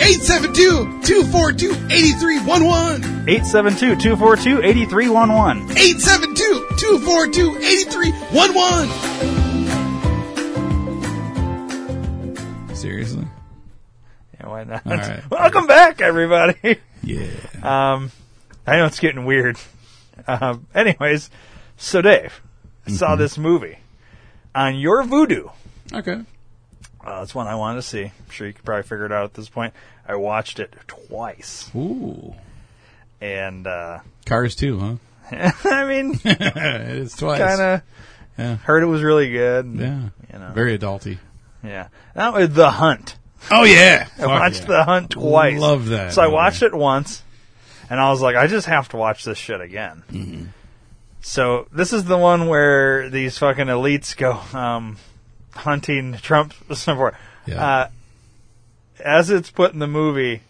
[SPEAKER 3] 872 242 8311.
[SPEAKER 2] 872 242 8311.
[SPEAKER 3] 872 242 8311. Seriously?
[SPEAKER 2] Yeah, why not?
[SPEAKER 3] All right.
[SPEAKER 2] Welcome back, everybody. (laughs)
[SPEAKER 3] Yeah.
[SPEAKER 2] Um, I know it's getting weird. (laughs) Um, anyways, so Dave, I saw
[SPEAKER 3] Mm-hmm.
[SPEAKER 2] this movie on your voodoo.
[SPEAKER 3] Okay.
[SPEAKER 2] Uh, that's one I wanted to see. I'm sure you could probably figure it out at this point. I watched it twice,
[SPEAKER 3] Ooh.
[SPEAKER 2] and uh, (laughs)
[SPEAKER 3] Cars too, huh? (laughs)
[SPEAKER 2] I mean,
[SPEAKER 3] it is twice.
[SPEAKER 2] kind of
[SPEAKER 3] Yeah.
[SPEAKER 2] heard it was really good.
[SPEAKER 3] Yeah.
[SPEAKER 2] You know.
[SPEAKER 3] Very adulty.
[SPEAKER 2] yeah. That was The Hunt.
[SPEAKER 3] Oh yeah.
[SPEAKER 2] I watched The Hunt twice.
[SPEAKER 3] Love that
[SPEAKER 2] So I
[SPEAKER 3] movie.
[SPEAKER 2] watched it once, and I was like, I just have to watch this shit again.
[SPEAKER 3] Mm-hmm.
[SPEAKER 2] So this is the one where these fucking elites go um, hunting Trump (laughs) support.
[SPEAKER 3] Yeah.
[SPEAKER 2] Uh, as it's put in the movie,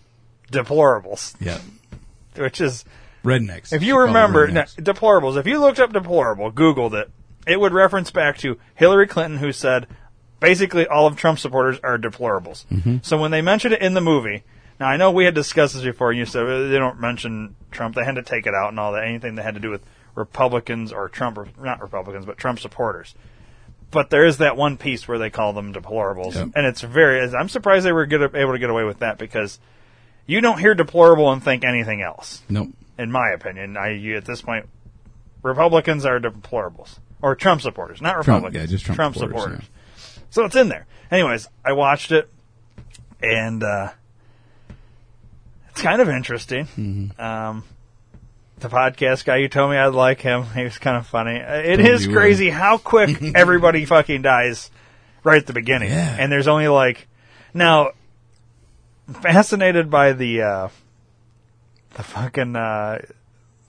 [SPEAKER 2] deplorables,
[SPEAKER 3] Yeah.
[SPEAKER 2] which is
[SPEAKER 3] Rednecks.
[SPEAKER 2] if
[SPEAKER 3] They
[SPEAKER 2] you
[SPEAKER 3] call them
[SPEAKER 2] remember no,
[SPEAKER 3] rednecks.
[SPEAKER 2] deplorables, if you looked up deplorable, Googled it, it would reference back to Hillary Clinton, who said basically all of Trump supporters are deplorables. So when they mentioned it in the movie, now I know we had discussed this before, and you said "Uh, they don't mention Trump. They had to take it out and all that. Anything that had to do with Republicans or Trump, or not Republicans, but Trump supporters. But there is that one piece where they call them deplorables,
[SPEAKER 3] Yep.
[SPEAKER 2] and it's very. I'm surprised they were get, able to get away with that because you don't hear deplorable and think anything else
[SPEAKER 3] Nope.
[SPEAKER 2] in my opinion. I you- at this point, Republicans are deplorables or Trump supporters, not
[SPEAKER 3] Trump,
[SPEAKER 2] Republicans.
[SPEAKER 3] yeah, just Trump supporters,
[SPEAKER 2] So it's in there. Anyways, I watched it, and uh, it's kind of interesting.
[SPEAKER 3] Mm-hmm.
[SPEAKER 2] Um, the podcast guy, you told me I'd like him. He was kind of funny. Uh, It
[SPEAKER 3] Told
[SPEAKER 2] is
[SPEAKER 3] you
[SPEAKER 2] crazy how
[SPEAKER 3] (laughs)
[SPEAKER 2] quick everybody fucking dies right at the beginning,
[SPEAKER 3] Yeah.
[SPEAKER 2] and there's only like now. Fascinated by the uh, the fucking uh,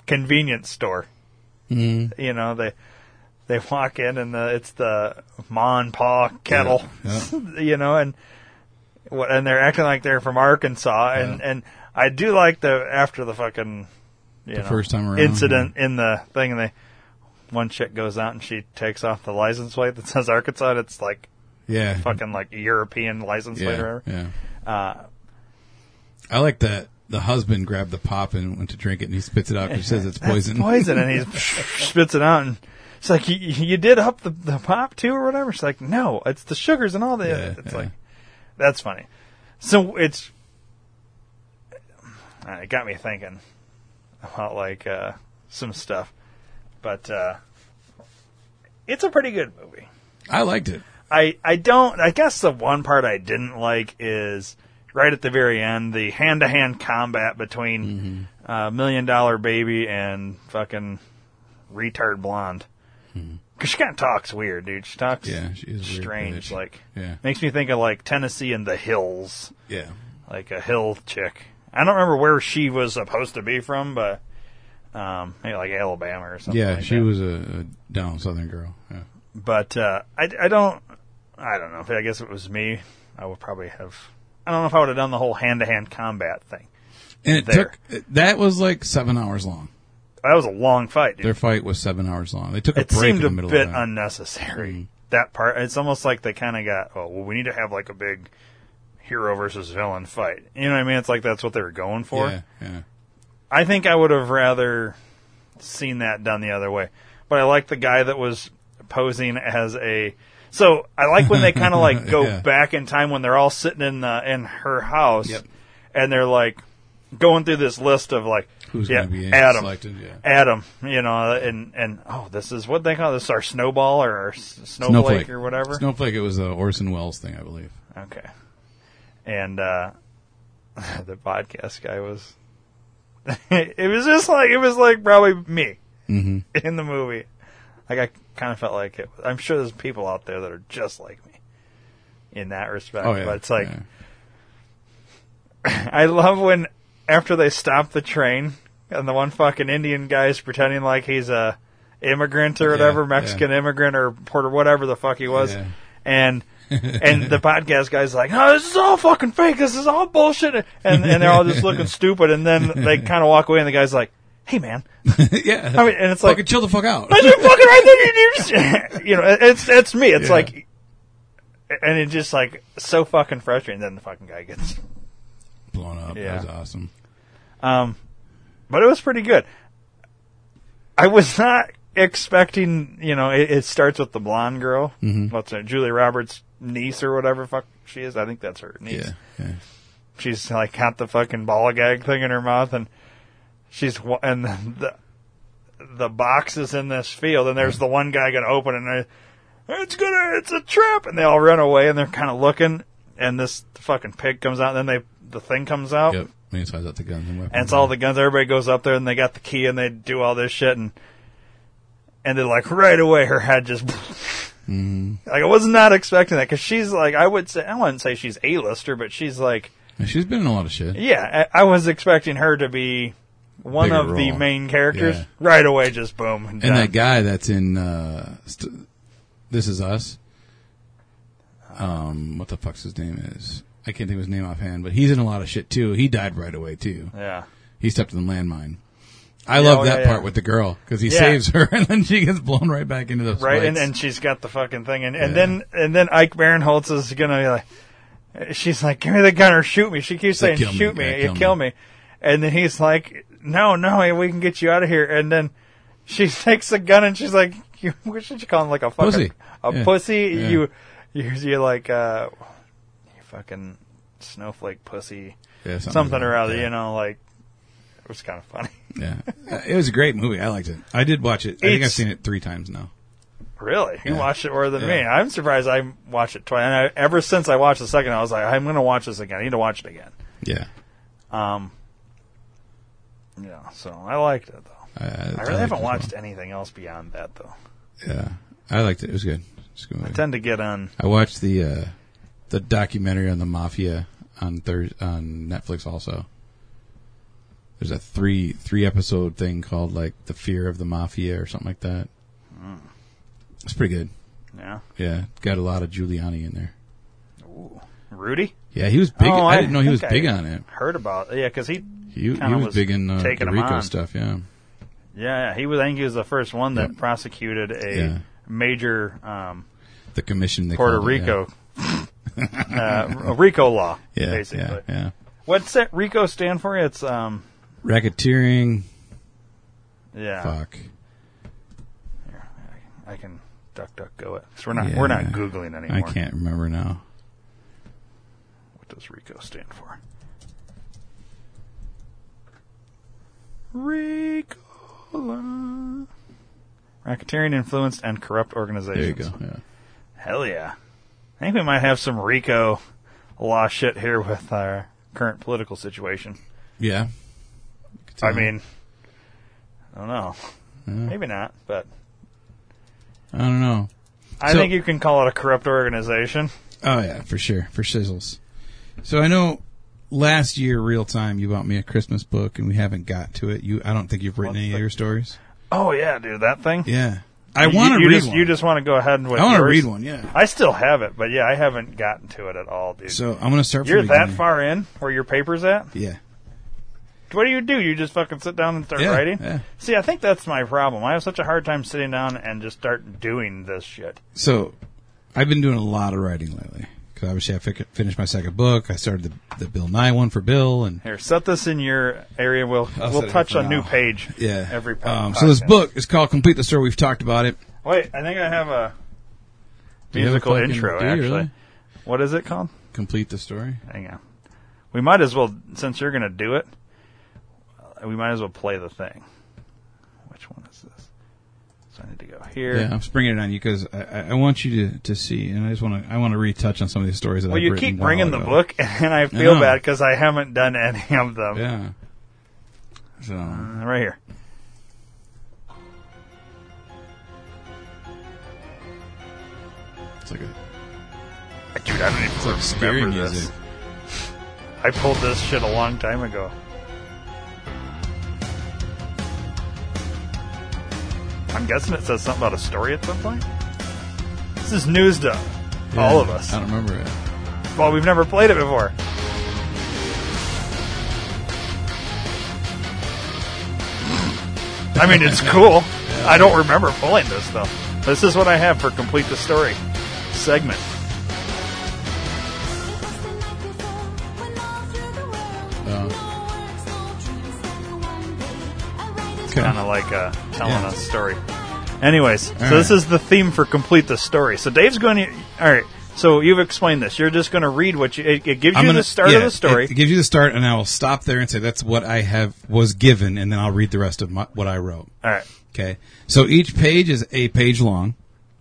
[SPEAKER 2] convenience store. Mm.
[SPEAKER 3] Mm-hmm.
[SPEAKER 2] You know they they walk in and the, it's the ma and pa kettle,
[SPEAKER 3] Yeah,
[SPEAKER 2] (laughs) you know, and what and they're acting like they're from Arkansas, and
[SPEAKER 3] Yeah.
[SPEAKER 2] and I do like the after the fucking you know,
[SPEAKER 3] first time around,
[SPEAKER 2] incident in the thing, and they one chick goes out and she takes off the license plate that says Arkansas, and it's like
[SPEAKER 3] Yeah.
[SPEAKER 2] fucking like European license plate or
[SPEAKER 3] yeah.
[SPEAKER 2] whatever.
[SPEAKER 3] yeah.
[SPEAKER 2] Uh,
[SPEAKER 3] I like that the husband grabbed the pop and went to drink it and he spits it out because he
[SPEAKER 2] (laughs)
[SPEAKER 3] says it's poison.
[SPEAKER 2] poison, eh? and he spits it out, and it's like you, you did up the, the pop too, or whatever. She's like, no, it's the sugars and all the.
[SPEAKER 3] Yeah,
[SPEAKER 2] it's
[SPEAKER 3] yeah.
[SPEAKER 2] like that's funny. So it's uh, it got me thinking about like uh, some stuff, but uh, it's a pretty good movie.
[SPEAKER 3] (laughs) I liked it.
[SPEAKER 2] I, I don't I guess the one part I didn't like is right at the very end the hand to hand combat between
[SPEAKER 3] Mm-hmm.
[SPEAKER 2] uh, million dollar baby and fucking retard blonde because she kind of talks weird dude she talks
[SPEAKER 3] Mm-hmm. Yeah, she is a weird
[SPEAKER 2] strange
[SPEAKER 3] bitch.
[SPEAKER 2] like
[SPEAKER 3] Yeah.
[SPEAKER 2] makes me think of like Tennessee and the hills
[SPEAKER 3] Yeah.
[SPEAKER 2] like a hill chick I don't remember where she was supposed to be from but um maybe like Alabama or something
[SPEAKER 3] Yeah,
[SPEAKER 2] like
[SPEAKER 3] she
[SPEAKER 2] that.
[SPEAKER 3] was a, a down southern girl. Yeah.
[SPEAKER 2] but uh, I, I don't I don't know. If I guess if it was me, I would probably have. I don't know if I would have done the whole hand to hand combat thing.
[SPEAKER 3] And it
[SPEAKER 2] There.
[SPEAKER 3] took, that was like seven hours long.
[SPEAKER 2] That was a long fight, dude.
[SPEAKER 3] Their fight was seven hours long. They took a
[SPEAKER 2] it
[SPEAKER 3] break
[SPEAKER 2] seemed
[SPEAKER 3] in
[SPEAKER 2] a
[SPEAKER 3] the middle
[SPEAKER 2] bit
[SPEAKER 3] of that. Mm-hmm.
[SPEAKER 2] unnecessary. That part. It's almost like they kind of got. Oh, well, we need to have like a big hero versus villain fight. You know what I mean? It's like that's what they were going for.
[SPEAKER 3] Yeah, yeah.
[SPEAKER 2] I think I would have rather seen that done the other way. But I like the guy that was posing as a. So I like when they kind of
[SPEAKER 3] (laughs)
[SPEAKER 2] like go
[SPEAKER 3] Yeah.
[SPEAKER 2] back in time when they're all sitting in the in her house,
[SPEAKER 3] Yep.
[SPEAKER 2] and they're like going through this list of like
[SPEAKER 3] Who's
[SPEAKER 2] yeah,
[SPEAKER 3] gonna be
[SPEAKER 2] Adam,
[SPEAKER 3] selected, yeah.
[SPEAKER 2] Adam, you know, and and oh, this is what they call this our snowball or our s- snowflake, or whatever.
[SPEAKER 3] Snowflake. It was the Orson Welles thing, I believe.
[SPEAKER 2] Okay. And uh (laughs) the podcast guy was (laughs) it was just like it was like probably me
[SPEAKER 3] Mm-hmm.
[SPEAKER 2] in the movie. Like I kind of felt like it. I'm sure there's people out there that are just Uh, like me in that respect.
[SPEAKER 3] Oh yeah. (laughs)
[SPEAKER 2] But it's like
[SPEAKER 3] yeah.
[SPEAKER 2] I love when after they stop the train and the one fucking Indian guy's pretending like he's a immigrant or whatever,
[SPEAKER 3] yeah.
[SPEAKER 2] Mexican immigrant or Puerto whatever the fuck he was,
[SPEAKER 3] Yeah. (laughs)
[SPEAKER 2] and. and the podcast guy's like, "No, this is all fucking fake. This is all bullshit." And and they're all just
[SPEAKER 3] (laughs)
[SPEAKER 2] looking stupid. And then they kind of walk away, and the guy's like, "Hey, man,
[SPEAKER 3] yeah.
[SPEAKER 2] I mean, and it's like- (laughs)
[SPEAKER 3] fucking chill the fuck out.
[SPEAKER 2] I did fucking right there. (laughs) You, you know, it- it's it's me. It's
[SPEAKER 3] Yeah.
[SPEAKER 2] like, and it's just like so fucking frustrating. Then the fucking guy gets.
[SPEAKER 3] Blown up.
[SPEAKER 2] Yeah.
[SPEAKER 3] That was awesome.
[SPEAKER 2] Um, but it was pretty good. I was not expecting. You know, it, it starts with the blonde girl.
[SPEAKER 3] Mm-hmm.
[SPEAKER 2] What's her? Julie Roberts' niece or whatever fuck she is. I think that's her niece.
[SPEAKER 3] Yeah. yeah.
[SPEAKER 2] she's like got the fucking ball gag thing in her mouth and she's wa- and the the box is in this field and there's the one guy gonna open it and they, it's gonna it's a trap and they all run away and they're kind of looking and this fucking pig comes out and then they the thing comes out
[SPEAKER 3] Yep. And he ties out the guns and weapons.
[SPEAKER 2] Oh. and it's all the guns. Everybody goes up there and they got the key and they do all this shit and and then like right away her head just
[SPEAKER 3] Mm-hmm.
[SPEAKER 2] like I was not expecting that because she's like I would say I wouldn't say she's a lister but she's like
[SPEAKER 3] And She's been in a lot of shit.
[SPEAKER 2] yeah, I, I was expecting her to be one
[SPEAKER 3] Bigger
[SPEAKER 2] of the
[SPEAKER 3] role.
[SPEAKER 2] main characters.
[SPEAKER 3] Yeah.
[SPEAKER 2] Right away, just boom. And
[SPEAKER 3] And that guy that's in uh, st- This Is Us. Um, what the fuck's his name is? I can't think of his name offhand, but he's in a lot of shit too. He died right away too.
[SPEAKER 2] Yeah.
[SPEAKER 3] He stepped in the landmine. I love
[SPEAKER 2] oh,
[SPEAKER 3] that
[SPEAKER 2] yeah,
[SPEAKER 3] part
[SPEAKER 2] yeah.
[SPEAKER 3] with the girl because he
[SPEAKER 2] Yeah.
[SPEAKER 3] saves her (laughs) and then she gets blown right back into those
[SPEAKER 2] Right, and,
[SPEAKER 3] lights.
[SPEAKER 2] and she's got the fucking thing, and, and
[SPEAKER 3] Yeah.
[SPEAKER 2] then and then Ike Barinholtz is gonna be like, she's like, give me the gun or shoot me. She keeps saying,
[SPEAKER 3] Say, "Kill me,
[SPEAKER 2] shoot me,
[SPEAKER 3] yeah,
[SPEAKER 2] you
[SPEAKER 3] kill
[SPEAKER 2] kill
[SPEAKER 3] me."
[SPEAKER 2] me. And then he's like, no, no, we can get you out of here. And then she (laughs) takes the gun and she's like, you, what should you call him? Like a fucking
[SPEAKER 3] Pussy.
[SPEAKER 2] a
[SPEAKER 3] Yeah.
[SPEAKER 2] pussy.
[SPEAKER 3] Yeah.
[SPEAKER 2] You, you, you're like, uh, you fucking snowflake pussy.
[SPEAKER 3] Yeah, something
[SPEAKER 2] something,
[SPEAKER 3] like
[SPEAKER 2] or
[SPEAKER 3] that,
[SPEAKER 2] other,
[SPEAKER 3] yeah.
[SPEAKER 2] you know, like it was kind of funny.
[SPEAKER 3] yeah, Uh, it was a great movie. I liked it. I did watch it. I think
[SPEAKER 2] It's-
[SPEAKER 3] I've seen it three times now.
[SPEAKER 2] Really, you
[SPEAKER 3] Yeah.
[SPEAKER 2] watched it more than me.
[SPEAKER 3] Yeah.
[SPEAKER 2] I'm surprised I watched it twice. And I, ever since I watched the second, I was like, I'm going to watch this again. I need to watch it again.
[SPEAKER 3] Yeah,
[SPEAKER 2] Um, yeah, so I liked it though.
[SPEAKER 3] I, I,
[SPEAKER 2] I really haven't watched anything else beyond that though.
[SPEAKER 3] it. Yeah, I liked it. It was good. It's a good movie.
[SPEAKER 2] Tend to get on.
[SPEAKER 3] I watched the uh, the documentary on the mafia on Thurs on Netflix. Also, there's a three three episode thing called like the Fear of the Mafia or something like that.
[SPEAKER 2] Hmm.
[SPEAKER 3] It's pretty good.
[SPEAKER 2] Yeah,
[SPEAKER 3] Yeah, got a lot of Giuliani in there.
[SPEAKER 2] Rudy.
[SPEAKER 3] Yeah, he was big.
[SPEAKER 2] Oh,
[SPEAKER 3] I,
[SPEAKER 2] I
[SPEAKER 3] didn't know he was
[SPEAKER 2] think I-
[SPEAKER 3] big on it.
[SPEAKER 2] Heard about yeah, because he
[SPEAKER 3] He, he was,
[SPEAKER 2] Kinda was
[SPEAKER 3] big in uh,
[SPEAKER 2] taking
[SPEAKER 3] the
[SPEAKER 2] him
[SPEAKER 3] Rico
[SPEAKER 2] on.
[SPEAKER 3] stuff. Yeah,
[SPEAKER 2] yeah he was I think he was the first one that
[SPEAKER 3] Yeah.
[SPEAKER 2] prosecuted a
[SPEAKER 3] Yeah.
[SPEAKER 2] major um,
[SPEAKER 3] the commission they
[SPEAKER 2] Puerto
[SPEAKER 3] called it, yeah.
[SPEAKER 2] Rico (laughs) uh, Rico law
[SPEAKER 3] (laughs) Yeah,
[SPEAKER 2] basically.
[SPEAKER 3] yeah, yeah.
[SPEAKER 2] What's that RICO stand for? It's um
[SPEAKER 3] Racketeering.
[SPEAKER 2] yeah.
[SPEAKER 3] Fuck.
[SPEAKER 2] I can duck duck go it. 'Cause we're not
[SPEAKER 3] Yeah.
[SPEAKER 2] we're not googling anymore.
[SPEAKER 3] I can't remember now.
[SPEAKER 2] What does RICO stand for? RICO. law. Racketeering influenced and corrupt
[SPEAKER 3] There you
[SPEAKER 2] organizations.
[SPEAKER 3] go. Yeah.
[SPEAKER 2] Hell yeah. I think we might have some RICO law shit here with our current political situation.
[SPEAKER 3] Yeah. Uh-huh.
[SPEAKER 2] I mean, I don't know. Maybe not, but
[SPEAKER 3] I don't know.
[SPEAKER 2] I
[SPEAKER 3] So-
[SPEAKER 2] think you can call it a corrupt organization.
[SPEAKER 3] Oh yeah, for sure, for sizzles. So I know last year, real time, you bought me a Christmas book, and we haven't got to it. You, I don't think you've written
[SPEAKER 2] What's
[SPEAKER 3] any
[SPEAKER 2] the-
[SPEAKER 3] of your stories.
[SPEAKER 2] Oh yeah, dude, that thing.
[SPEAKER 3] Yeah, I
[SPEAKER 2] You-
[SPEAKER 3] want to
[SPEAKER 2] you
[SPEAKER 3] read
[SPEAKER 2] just,
[SPEAKER 3] one.
[SPEAKER 2] You just want to go ahead and.
[SPEAKER 3] I want to read one. Yeah.
[SPEAKER 2] I still have it, but yeah, I haven't gotten to it at all, dude.
[SPEAKER 3] So I'm gonna start.
[SPEAKER 2] You're
[SPEAKER 3] from the
[SPEAKER 2] that
[SPEAKER 3] beginning.
[SPEAKER 2] far in where your paper's at.
[SPEAKER 3] Yeah.
[SPEAKER 2] What do you do? You just fucking sit down and start
[SPEAKER 3] Yeah,
[SPEAKER 2] writing.
[SPEAKER 3] yeah.
[SPEAKER 2] See, I think that's my problem. I have such a hard time sitting down and just start doing this shit.
[SPEAKER 3] So I've been doing a lot of writing lately because obviously I fic- finished my second book. I started the, the Bill Nye one for Bill, and
[SPEAKER 2] Here, set this in your area. We'll
[SPEAKER 3] I'll set
[SPEAKER 2] we'll
[SPEAKER 3] it up
[SPEAKER 2] touch
[SPEAKER 3] for
[SPEAKER 2] on new
[SPEAKER 3] now.
[SPEAKER 2] page.
[SPEAKER 3] yeah,
[SPEAKER 2] Every po-
[SPEAKER 3] um, so this
[SPEAKER 2] podcast.
[SPEAKER 3] book is called Complete the Story. We've talked about it.
[SPEAKER 2] Wait, I think I have a
[SPEAKER 3] Do you have a
[SPEAKER 2] musical
[SPEAKER 3] fucking-
[SPEAKER 2] intro.
[SPEAKER 3] do you
[SPEAKER 2] actually,
[SPEAKER 3] really?
[SPEAKER 2] what is it called?
[SPEAKER 3] Complete the story.
[SPEAKER 2] Hang on. We might as well, since you're going to do it, we might as well play the thing. Which one is this? So I need to go here.
[SPEAKER 3] Yeah, I'm springing it on you because I- I, I want you to, to see, and I just want to I want to retouch on some of these stories that
[SPEAKER 2] Well,
[SPEAKER 3] I've
[SPEAKER 2] you
[SPEAKER 3] written
[SPEAKER 2] keep
[SPEAKER 3] while
[SPEAKER 2] bringing the
[SPEAKER 3] ago.
[SPEAKER 2] book, (laughs) and I feel
[SPEAKER 3] know.
[SPEAKER 2] bad because I haven't done any of them.
[SPEAKER 3] Yeah. So
[SPEAKER 2] Right here.
[SPEAKER 3] it's like a
[SPEAKER 2] Dude, I don't even
[SPEAKER 3] it's like scary
[SPEAKER 2] remember this.
[SPEAKER 3] music.
[SPEAKER 2] I pulled this shit a long time ago. I'm guessing it says something about a story at some point. This is news to all of us.
[SPEAKER 4] I don't remember it.
[SPEAKER 2] Well, we've never played it before. I mean, it's cool. I don't remember pulling this though. This is what I have for complete the story segment.
[SPEAKER 4] Okay.
[SPEAKER 2] Kind of like uh, telling
[SPEAKER 4] Yeah.
[SPEAKER 2] a story. Anyways, so this
[SPEAKER 4] right.
[SPEAKER 2] is the theme for complete the story. So Dave's going to. All right. So you've explained this. You're just going to read what you. It, it gives you the start
[SPEAKER 3] yeah,
[SPEAKER 2] of the story.
[SPEAKER 3] It, it gives you the start, and I will stop there and say that's what I have was given, and then I'll read the rest of my, what I wrote.
[SPEAKER 2] all right.
[SPEAKER 3] Okay. So each page is a page long,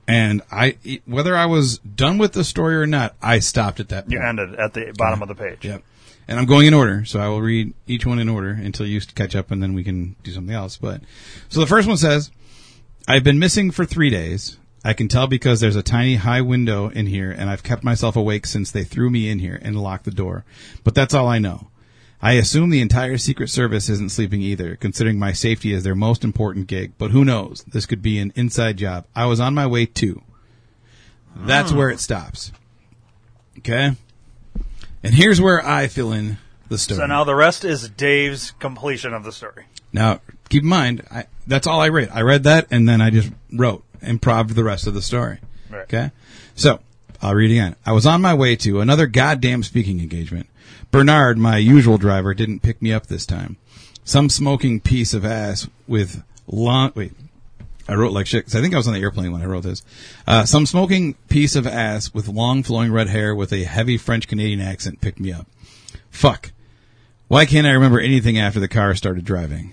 [SPEAKER 3] and I e- whether I was done with the story or not, I stopped at that point.
[SPEAKER 2] You ended at the bottom of the page.
[SPEAKER 3] Yep. And I'm going in order, so I will read each one in order until you catch up, and then we can do something else. But so the first one says, "I've been missing for three days. I can tell because there's a tiny high window in here, and I've kept myself awake since they threw me in here and locked the door. But that's all I know. I assume the entire Secret Service isn't sleeping either, considering my safety is their most important gig. But who knows? This could be an inside job. I was on my way too. That's where it stops. Okay. And here's where I fill in the story.
[SPEAKER 2] So now the rest is Dave's completion of the story.
[SPEAKER 3] Now, keep in mind, I, that's all I read. I read that, and then I just wrote, improved the rest of the story.
[SPEAKER 2] Right.
[SPEAKER 3] Okay? So, I'll read again. I was on my way to another goddamn speaking engagement. Bernard, my usual driver, didn't pick me up this time. Some smoking piece of ass with long, wait, I wrote like shit 'cause I think I was on the airplane when I wrote this. Uh, some smoking piece of ass with long flowing red hair with a heavy French Canadian accent picked me up. Fuck. Why can't I remember anything after the car started driving?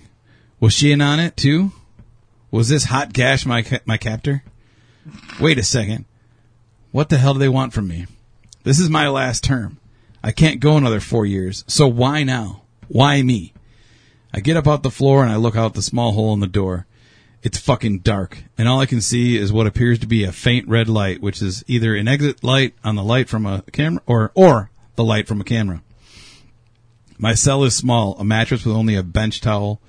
[SPEAKER 3] Was she in on it too? Was this hot gash my ca- my captor? Wait a second. What the hell do they want from me? This is my last term. I can't go another four years. So why now? Why me? I get up off the floor and I look out the small hole in the door. It's fucking dark, and all I can see is what appears to be a faint red light, which is either an exit light on the light from a camera or or the light from a camera. My cell is small, a mattress with only a bench towel,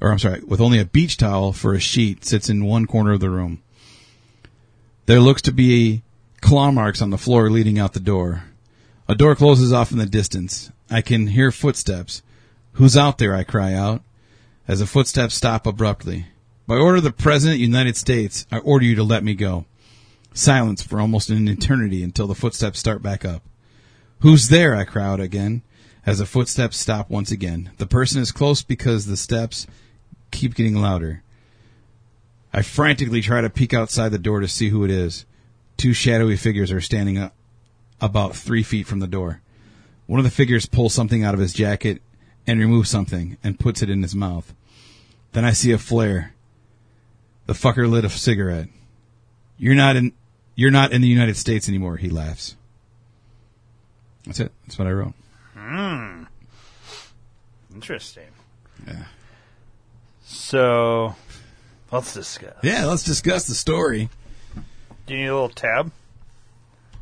[SPEAKER 3] or I'm sorry, with only a beach towel for a sheet sits in one corner of the room. There looks to be claw marks on the floor leading out the door. A door closes off in the distance. I can hear footsteps. Who's out there? I cry out as the footsteps stop abruptly. By order of the President of the United States, I order you to let me go. Silence for almost an eternity until the footsteps start back up. Who's there? I cry out again as the footsteps stop once again. The person is close because the steps keep getting louder. I frantically try to peek outside the door to see who it is. Two shadowy figures are standing up about three feet from the door. One of the figures pulls something out of his jacket and removes something and puts it in his mouth. Then I see a flare. The fucker lit a cigarette. You're not in you're not in the United States anymore, he laughs. That's it. That's what I wrote.
[SPEAKER 2] Interesting. So let's discuss.
[SPEAKER 3] Yeah, let's discuss the story.
[SPEAKER 2] Do you need a little tab?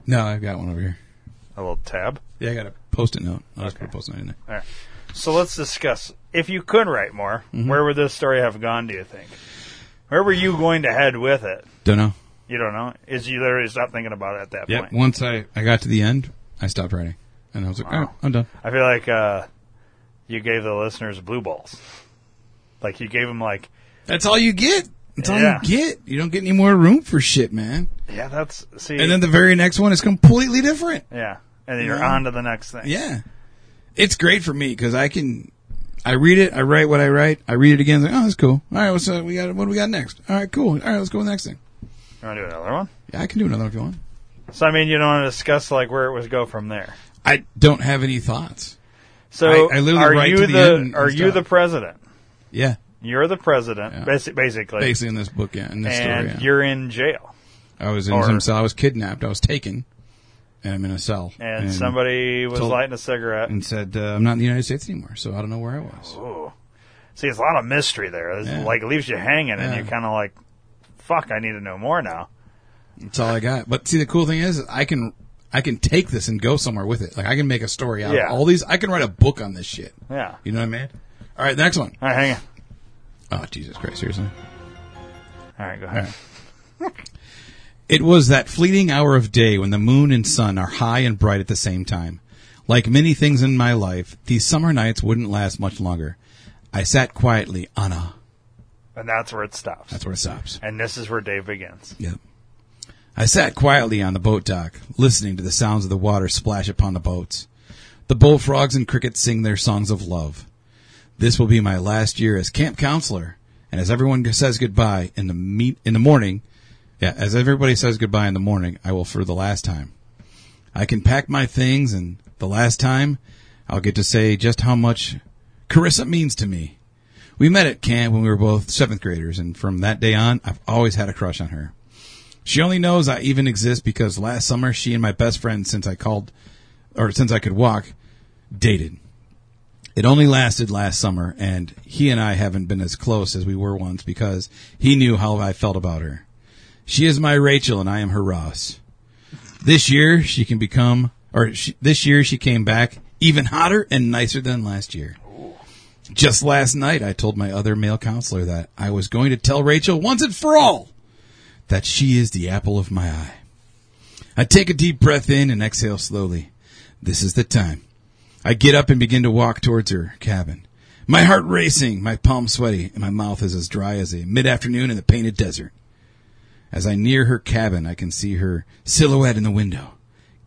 [SPEAKER 3] No, I've got one over here.
[SPEAKER 2] A little tab.
[SPEAKER 3] Yeah, I got a post-it note. I'll just put a post-it note in there.
[SPEAKER 2] All right. So let's discuss. If you could write more,
[SPEAKER 3] Mm-hmm.
[SPEAKER 2] where would this story have gone? Do you think? Where were you going to head with it?
[SPEAKER 3] Don't know.
[SPEAKER 2] You don't know. Is you literally stopped thinking about it at that
[SPEAKER 3] Yep.
[SPEAKER 2] point?
[SPEAKER 3] Once I, I got to the end, I stopped writing, and I was like,
[SPEAKER 2] Wow.
[SPEAKER 3] oh, I'm done.
[SPEAKER 2] I feel like uh, you gave the listeners blue balls. Like you gave them like,
[SPEAKER 3] That's all you get. That's all
[SPEAKER 2] Yeah.
[SPEAKER 3] you get. You don't get any more room for shit, man.
[SPEAKER 2] yeah, that's see,
[SPEAKER 3] And then the very next one is completely different.
[SPEAKER 2] yeah, and then you're
[SPEAKER 3] Yeah.
[SPEAKER 2] on to the next thing.
[SPEAKER 3] Yeah. It's great for me because I can, I read it, I write what I write, I read it again, it's like, oh, that's cool. All right, what's uh, we got? What do we got next? All right, cool. All right, let's go with the next thing.
[SPEAKER 2] You want to do another one?
[SPEAKER 3] Yeah, I can do another one if you want.
[SPEAKER 2] So I mean, you don't want to discuss like where it was go from there.
[SPEAKER 3] I don't have any thoughts.
[SPEAKER 2] So
[SPEAKER 3] I- I literally
[SPEAKER 2] are
[SPEAKER 3] write
[SPEAKER 2] you
[SPEAKER 3] to
[SPEAKER 2] the,
[SPEAKER 3] the end and
[SPEAKER 2] are you
[SPEAKER 3] stop.
[SPEAKER 2] the president?
[SPEAKER 3] Yeah,
[SPEAKER 2] You're the president,
[SPEAKER 3] Yeah.
[SPEAKER 2] basi- basically,
[SPEAKER 3] basically in this book, yeah, in this
[SPEAKER 2] and
[SPEAKER 3] story. yeah.
[SPEAKER 2] you're in jail,
[SPEAKER 3] I was in
[SPEAKER 2] or-
[SPEAKER 3] some cell. I was kidnapped. I was taken, and I'm in a cell.
[SPEAKER 2] and, somebody was
[SPEAKER 3] told-
[SPEAKER 2] lighting a cigarette.
[SPEAKER 3] and said, uh, "I'm not in the United States anymore," so I don't know where I was.
[SPEAKER 2] Ooh. See, it's a lot of mystery there. It's
[SPEAKER 3] Yeah.
[SPEAKER 2] Like it leaves you hanging, and
[SPEAKER 3] Yeah.
[SPEAKER 2] you're kind of like, "Fuck, I need to know more now."
[SPEAKER 3] That's all I got. But see, the cool thing is, I can
[SPEAKER 10] I can take this and go somewhere with it. Like I can make a story out
[SPEAKER 2] Yeah.
[SPEAKER 10] of all these. I can write a book on this shit.
[SPEAKER 2] Yeah.
[SPEAKER 10] You know what I mean? All right, next one.
[SPEAKER 2] All right, hang on.
[SPEAKER 10] Oh Jesus Christ! Seriously.
[SPEAKER 2] All right, go ahead.
[SPEAKER 3] It was that fleeting hour of day when the moon and sun are high and bright at the same time. Like many things in my life, these summer nights wouldn't last much longer. I sat quietly, Anna.
[SPEAKER 2] And that's where it stops.
[SPEAKER 3] That's where it stops.
[SPEAKER 2] And this is where Dave begins.
[SPEAKER 3] Yep. I sat quietly on the boat dock, listening to the sounds of the water splash upon the boats. The bullfrogs and crickets sing their songs of love. This will be my last year as camp counselor, and as everyone says goodbye in the meet in the morning, yeah, as everybody says goodbye in the morning, I will for the last time. I can pack my things, and the last time, I'll get to say just how much Carissa means to me. We met at camp when we were both seventh graders, and from that day on, I've always had a crush on her. She only knows I even exist because last summer she and my best friend since I called or since I could walk dated. It only lasted last summer and he and I haven't been as close as we were once because he knew how I felt about her. She is my Rachel and I am her Ross. This year she can become or she, this year she came back even hotter and nicer than last year. Just last night I told my other male counselor that I was going to tell Rachel once and for all that she is the apple of my eye. I take a deep breath in and exhale slowly. This is the time. I get up and begin to walk towards her cabin. My heart racing, my palms sweaty, and my mouth is as dry as a mid-afternoon in the painted desert. As I near her cabin, I can see her silhouette in the window.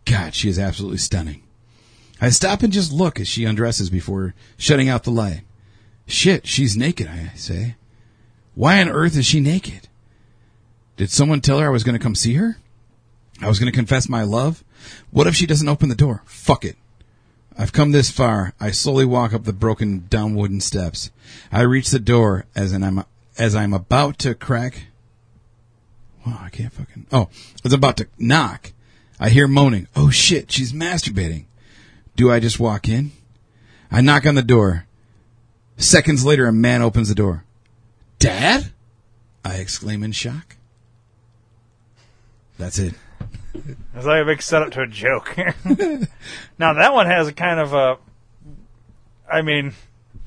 [SPEAKER 3] God, she is absolutely stunning. I stop and just look as she undresses before shutting out the light. Shit, she's naked, I say. Why on earth is she naked? Did someone tell her I was going to come see her? I was going to confess my love? What if she doesn't open the door? Fuck it. I've come this far. I slowly walk up the broken down wooden steps. I reach the door as an I'm as I'm about to crack. Wow, I can't fucking. Oh, I was about to knock. I hear moaning. Oh shit, she's masturbating. Do I just walk in? I knock on the door. Seconds later, a man opens the door. Dad? I exclaim in shock. That's it.
[SPEAKER 2] It's like a big setup to a joke. (laughs) now that one has a kind of a. I mean,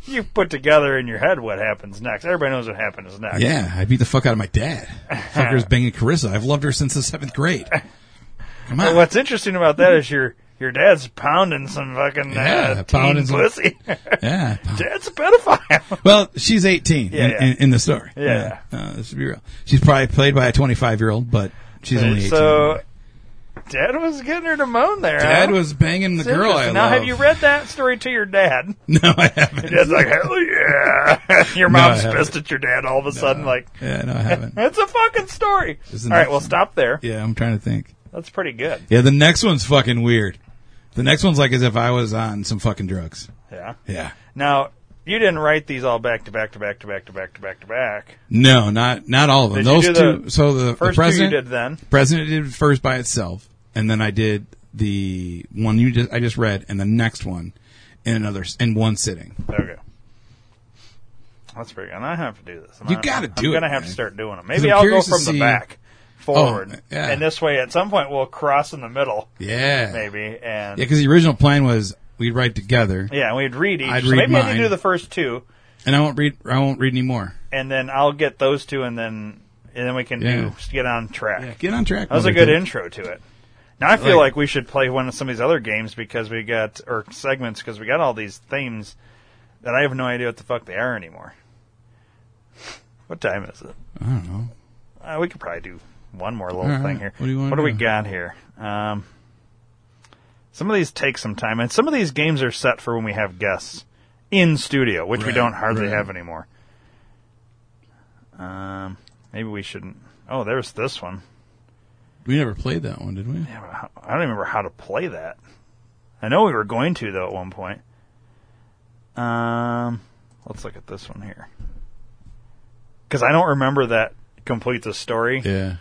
[SPEAKER 2] you put together in your head what happens next. Everybody knows what happens next.
[SPEAKER 3] Yeah, I beat the fuck out of my dad.
[SPEAKER 2] (laughs)
[SPEAKER 3] Fucker's banging Carissa. I've loved her since the seventh grade. Come
[SPEAKER 2] But
[SPEAKER 3] on.
[SPEAKER 2] what's interesting about that is your your dad's pounding some fucking
[SPEAKER 3] Yeah,
[SPEAKER 2] uh, teen
[SPEAKER 3] pounding some-
[SPEAKER 2] pussy. (laughs)
[SPEAKER 3] Yeah.
[SPEAKER 2] Dad's a pedophile.
[SPEAKER 3] Well, she's 18
[SPEAKER 2] Yeah,
[SPEAKER 3] in,
[SPEAKER 2] yeah.
[SPEAKER 3] In, in the story.
[SPEAKER 2] Yeah.
[SPEAKER 3] Uh, this should be real. She's probably played by a 25 year old, but she's only 18.
[SPEAKER 2] so, dad was getting her to moan there.
[SPEAKER 3] dad
[SPEAKER 2] huh?
[SPEAKER 3] was banging the
[SPEAKER 2] It's
[SPEAKER 3] girl I
[SPEAKER 2] interesting. Now,
[SPEAKER 3] love.
[SPEAKER 2] have you read that story to your dad?
[SPEAKER 3] (laughs) No, I haven't.
[SPEAKER 2] Dad's like, hell yeah. (laughs) your
[SPEAKER 3] No, I
[SPEAKER 2] mom's
[SPEAKER 3] haven't.
[SPEAKER 2] pissed at your dad all of a sudden, like,
[SPEAKER 3] Yeah, no, I haven't.
[SPEAKER 2] it's a fucking story.
[SPEAKER 3] Isn't
[SPEAKER 2] All right,
[SPEAKER 3] that
[SPEAKER 2] well,
[SPEAKER 3] fun?
[SPEAKER 2] stop there.
[SPEAKER 3] Yeah, I'm trying to think.
[SPEAKER 2] That's pretty good.
[SPEAKER 3] Yeah, the next one's fucking weird. The next one's like as if I was on some fucking drugs.
[SPEAKER 2] Yeah.
[SPEAKER 3] Yeah.
[SPEAKER 2] Now, you didn't write these all back to back to back to back to back to back to back.
[SPEAKER 3] No, not not all of them.
[SPEAKER 2] Did you
[SPEAKER 3] Those
[SPEAKER 2] do
[SPEAKER 3] two.
[SPEAKER 2] the
[SPEAKER 3] so the, the
[SPEAKER 2] First two you
[SPEAKER 3] president
[SPEAKER 2] did then.
[SPEAKER 3] President did first by itself, and then I did the one you just I just read, and the next one in another s- in one sitting.
[SPEAKER 2] There we go. That's pretty good. And I have to do this. I'm
[SPEAKER 3] You
[SPEAKER 2] not-
[SPEAKER 3] gotta do
[SPEAKER 2] I'm
[SPEAKER 3] it,
[SPEAKER 2] gonna have
[SPEAKER 3] man.
[SPEAKER 2] to start doing them.
[SPEAKER 3] 'Cause
[SPEAKER 2] Maybe
[SPEAKER 3] I'm
[SPEAKER 2] I'll go
[SPEAKER 3] curious to
[SPEAKER 2] from
[SPEAKER 3] see- Oh,
[SPEAKER 2] the back forward.
[SPEAKER 3] yeah.
[SPEAKER 2] And this way, at some point, we'll cross in the middle,
[SPEAKER 3] Yeah,
[SPEAKER 2] maybe. And
[SPEAKER 3] yeah, because the original plan was we'd write together,
[SPEAKER 2] Yeah, and we'd read each.
[SPEAKER 3] I'd
[SPEAKER 2] so
[SPEAKER 3] read
[SPEAKER 2] maybe I
[SPEAKER 3] mine.
[SPEAKER 2] need to do the first two,
[SPEAKER 3] and I won't read I won't read anymore.
[SPEAKER 2] and then I'll get those two, and then and then we can
[SPEAKER 3] Yeah.
[SPEAKER 2] do get on track.
[SPEAKER 3] Yeah, get on track.
[SPEAKER 2] that was a
[SPEAKER 3] motherfucker.
[SPEAKER 2] good intro to it. Now I feel
[SPEAKER 3] Right.
[SPEAKER 2] like, we should play one of some of these other games because we got or segments because we got all these themes that I have no idea what the fuck they are anymore. What time is it?
[SPEAKER 3] I don't know.
[SPEAKER 2] Uh, we could probably do one more little
[SPEAKER 3] All right.
[SPEAKER 2] thing here.
[SPEAKER 3] What do you wanna
[SPEAKER 2] we
[SPEAKER 3] do?
[SPEAKER 2] got here? Um, some of these take some time, and some of these games are set for when we have guests in studio, which we
[SPEAKER 3] Right,
[SPEAKER 2] don't hardly
[SPEAKER 3] right.
[SPEAKER 2] have anymore. Um, maybe we shouldn't. Oh, there's this one.
[SPEAKER 3] We never played that one, did we?
[SPEAKER 2] Yeah, but how- I don't even remember how to play that. I know we were going to though at one point. Um, let's look at this one here because I don't remember that complete the story
[SPEAKER 3] Yeah.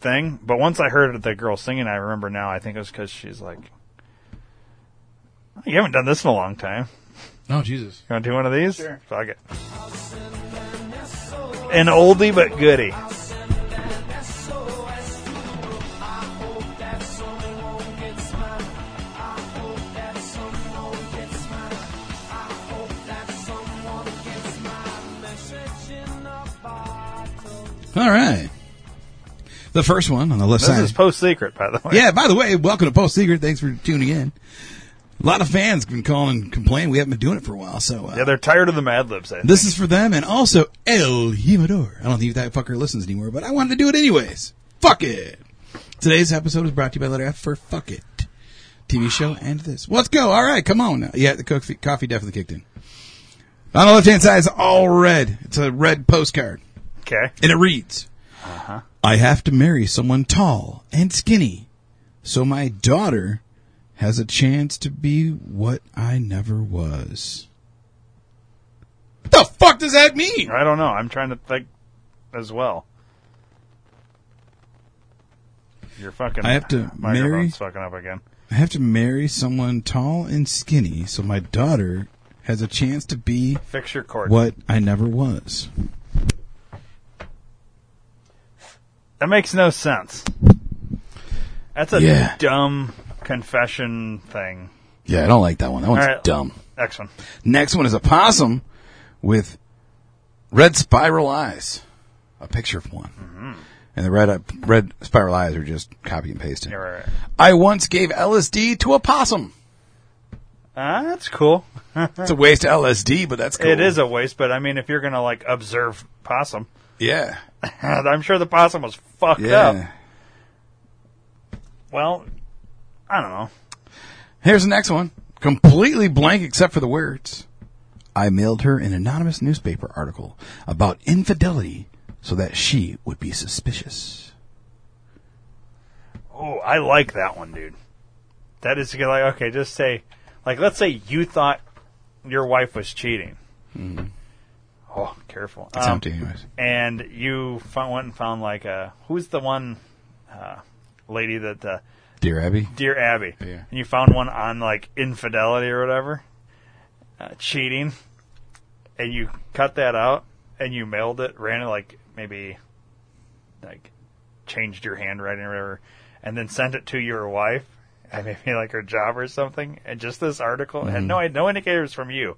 [SPEAKER 2] thing. But once I heard the girl singing, I remember now. I think it was because she's like, "You haven't done this in a long time.
[SPEAKER 3] Oh Jesus.
[SPEAKER 2] You want to do one of these? Fuck it. An oldie but goodie.
[SPEAKER 3] All right. The first one on the left
[SPEAKER 2] This
[SPEAKER 3] side.
[SPEAKER 2] is post secret, by the way.
[SPEAKER 3] yeah, by the way, welcome to Post Secret. Thanks for tuning in. A lot of fans been calling and complaining. We haven't been doing it for a while, so uh,
[SPEAKER 2] Yeah, they're tired of the Mad Libs. eh? I think.
[SPEAKER 3] this is for them and also El Jimador. I don't think that fucker listens anymore, but I wanted to do it anyways. Fuck it. Today's episode is brought to you by letter F for Fuck It. TV show and this. Let's go. All right, come on now. Yeah, the coffee, coffee definitely kicked in. On the left hand side is all red. It's a red postcard.
[SPEAKER 2] Okay.
[SPEAKER 3] And it reads
[SPEAKER 2] Uh-huh.
[SPEAKER 3] I have to marry someone tall and skinny so my daughter has a chance to be what I never was. What the fuck does that mean?
[SPEAKER 2] I don't know. I'm trying to think as well. You're fucking.
[SPEAKER 3] I have to
[SPEAKER 2] microphone's
[SPEAKER 3] marry-
[SPEAKER 2] fucking up again.
[SPEAKER 3] I have to marry someone tall and skinny so my daughter has a chance to be
[SPEAKER 2] Fix your cord.
[SPEAKER 3] what I never was.
[SPEAKER 2] That makes no sense. That's a
[SPEAKER 3] Yeah.
[SPEAKER 2] dumb confession thing.
[SPEAKER 3] Yeah, I don't like that one. That one's
[SPEAKER 2] All right.
[SPEAKER 3] dumb.
[SPEAKER 2] Next one.
[SPEAKER 3] Next one is a possum with red spiral eyes. A picture of one.
[SPEAKER 2] Mm-hmm.
[SPEAKER 3] And the red uh, red spiral eyes are just copy and pasting.
[SPEAKER 2] Yeah, right, right.
[SPEAKER 3] I once gave LSD to a possum.
[SPEAKER 2] Ah, that's cool.
[SPEAKER 3] It's a waste of LSD, but that's cool.
[SPEAKER 2] It is a waste, but I mean, if you're gonna like observe possum, (laughs)
[SPEAKER 3] Yeah.
[SPEAKER 2] I'm sure the possum was fucked
[SPEAKER 3] Yeah.
[SPEAKER 2] up. Well, I don't know.
[SPEAKER 3] Here's the next one. Completely blank except for the words. I mailed her an anonymous newspaper article about infidelity so that she would be suspicious.
[SPEAKER 2] Oh, I like that one, dude. That is good. Like, okay, just say, like, let's say you thought your wife was cheating. Oh, careful.
[SPEAKER 3] Mm-hmm. It's
[SPEAKER 2] Um,
[SPEAKER 3] empty, anyways.
[SPEAKER 2] and you found, went and found like uh who's the one uh, lady that uh,
[SPEAKER 3] Dear Abby.
[SPEAKER 2] Dear Abby,
[SPEAKER 3] Yeah.
[SPEAKER 2] and you found one on like infidelity or whatever, uh, cheating, and you cut that out and you mailed it, ran it like maybe like changed your handwriting or whatever, and then sent it to your wife. And (laughs) maybe like her job or something, and just this article
[SPEAKER 3] Mm-hmm.
[SPEAKER 2] and no, I had no indicators from you.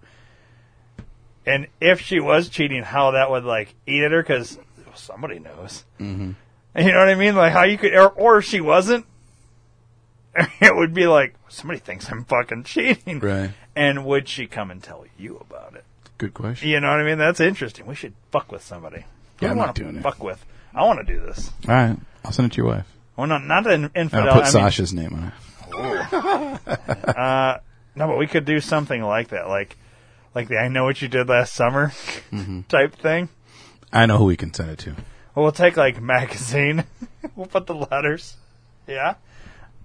[SPEAKER 2] And if she was cheating, how that would like eat at her because somebody knows.
[SPEAKER 3] Mm-hmm.
[SPEAKER 2] (laughs) You know what I mean? Like how you could, or, or if she wasn't, (laughs) it would be like somebody thinks I'm fucking cheating,
[SPEAKER 3] Right.
[SPEAKER 2] And would she come and tell you about it?
[SPEAKER 3] Good question.
[SPEAKER 2] You know what I mean? That's interesting. We should fuck with somebody. Who do
[SPEAKER 3] Yeah, I'm
[SPEAKER 2] I
[SPEAKER 3] not
[SPEAKER 2] wanna
[SPEAKER 3] doing it.
[SPEAKER 2] Fuck with. I want to do this.
[SPEAKER 3] All right. I'll send it to your wife.
[SPEAKER 2] Well, not not an
[SPEAKER 3] And
[SPEAKER 2] infidel.
[SPEAKER 3] I'll put
[SPEAKER 2] uh, I mean-
[SPEAKER 3] Sasha's name on it.
[SPEAKER 2] no, but we could do something like that, like like the "I know what you did last summer"
[SPEAKER 3] Mm-hmm.
[SPEAKER 2] (laughs) type thing.
[SPEAKER 3] I know who we can send it to.
[SPEAKER 2] Well, we'll take like magazine. (laughs) we'll put the letters. Yeah.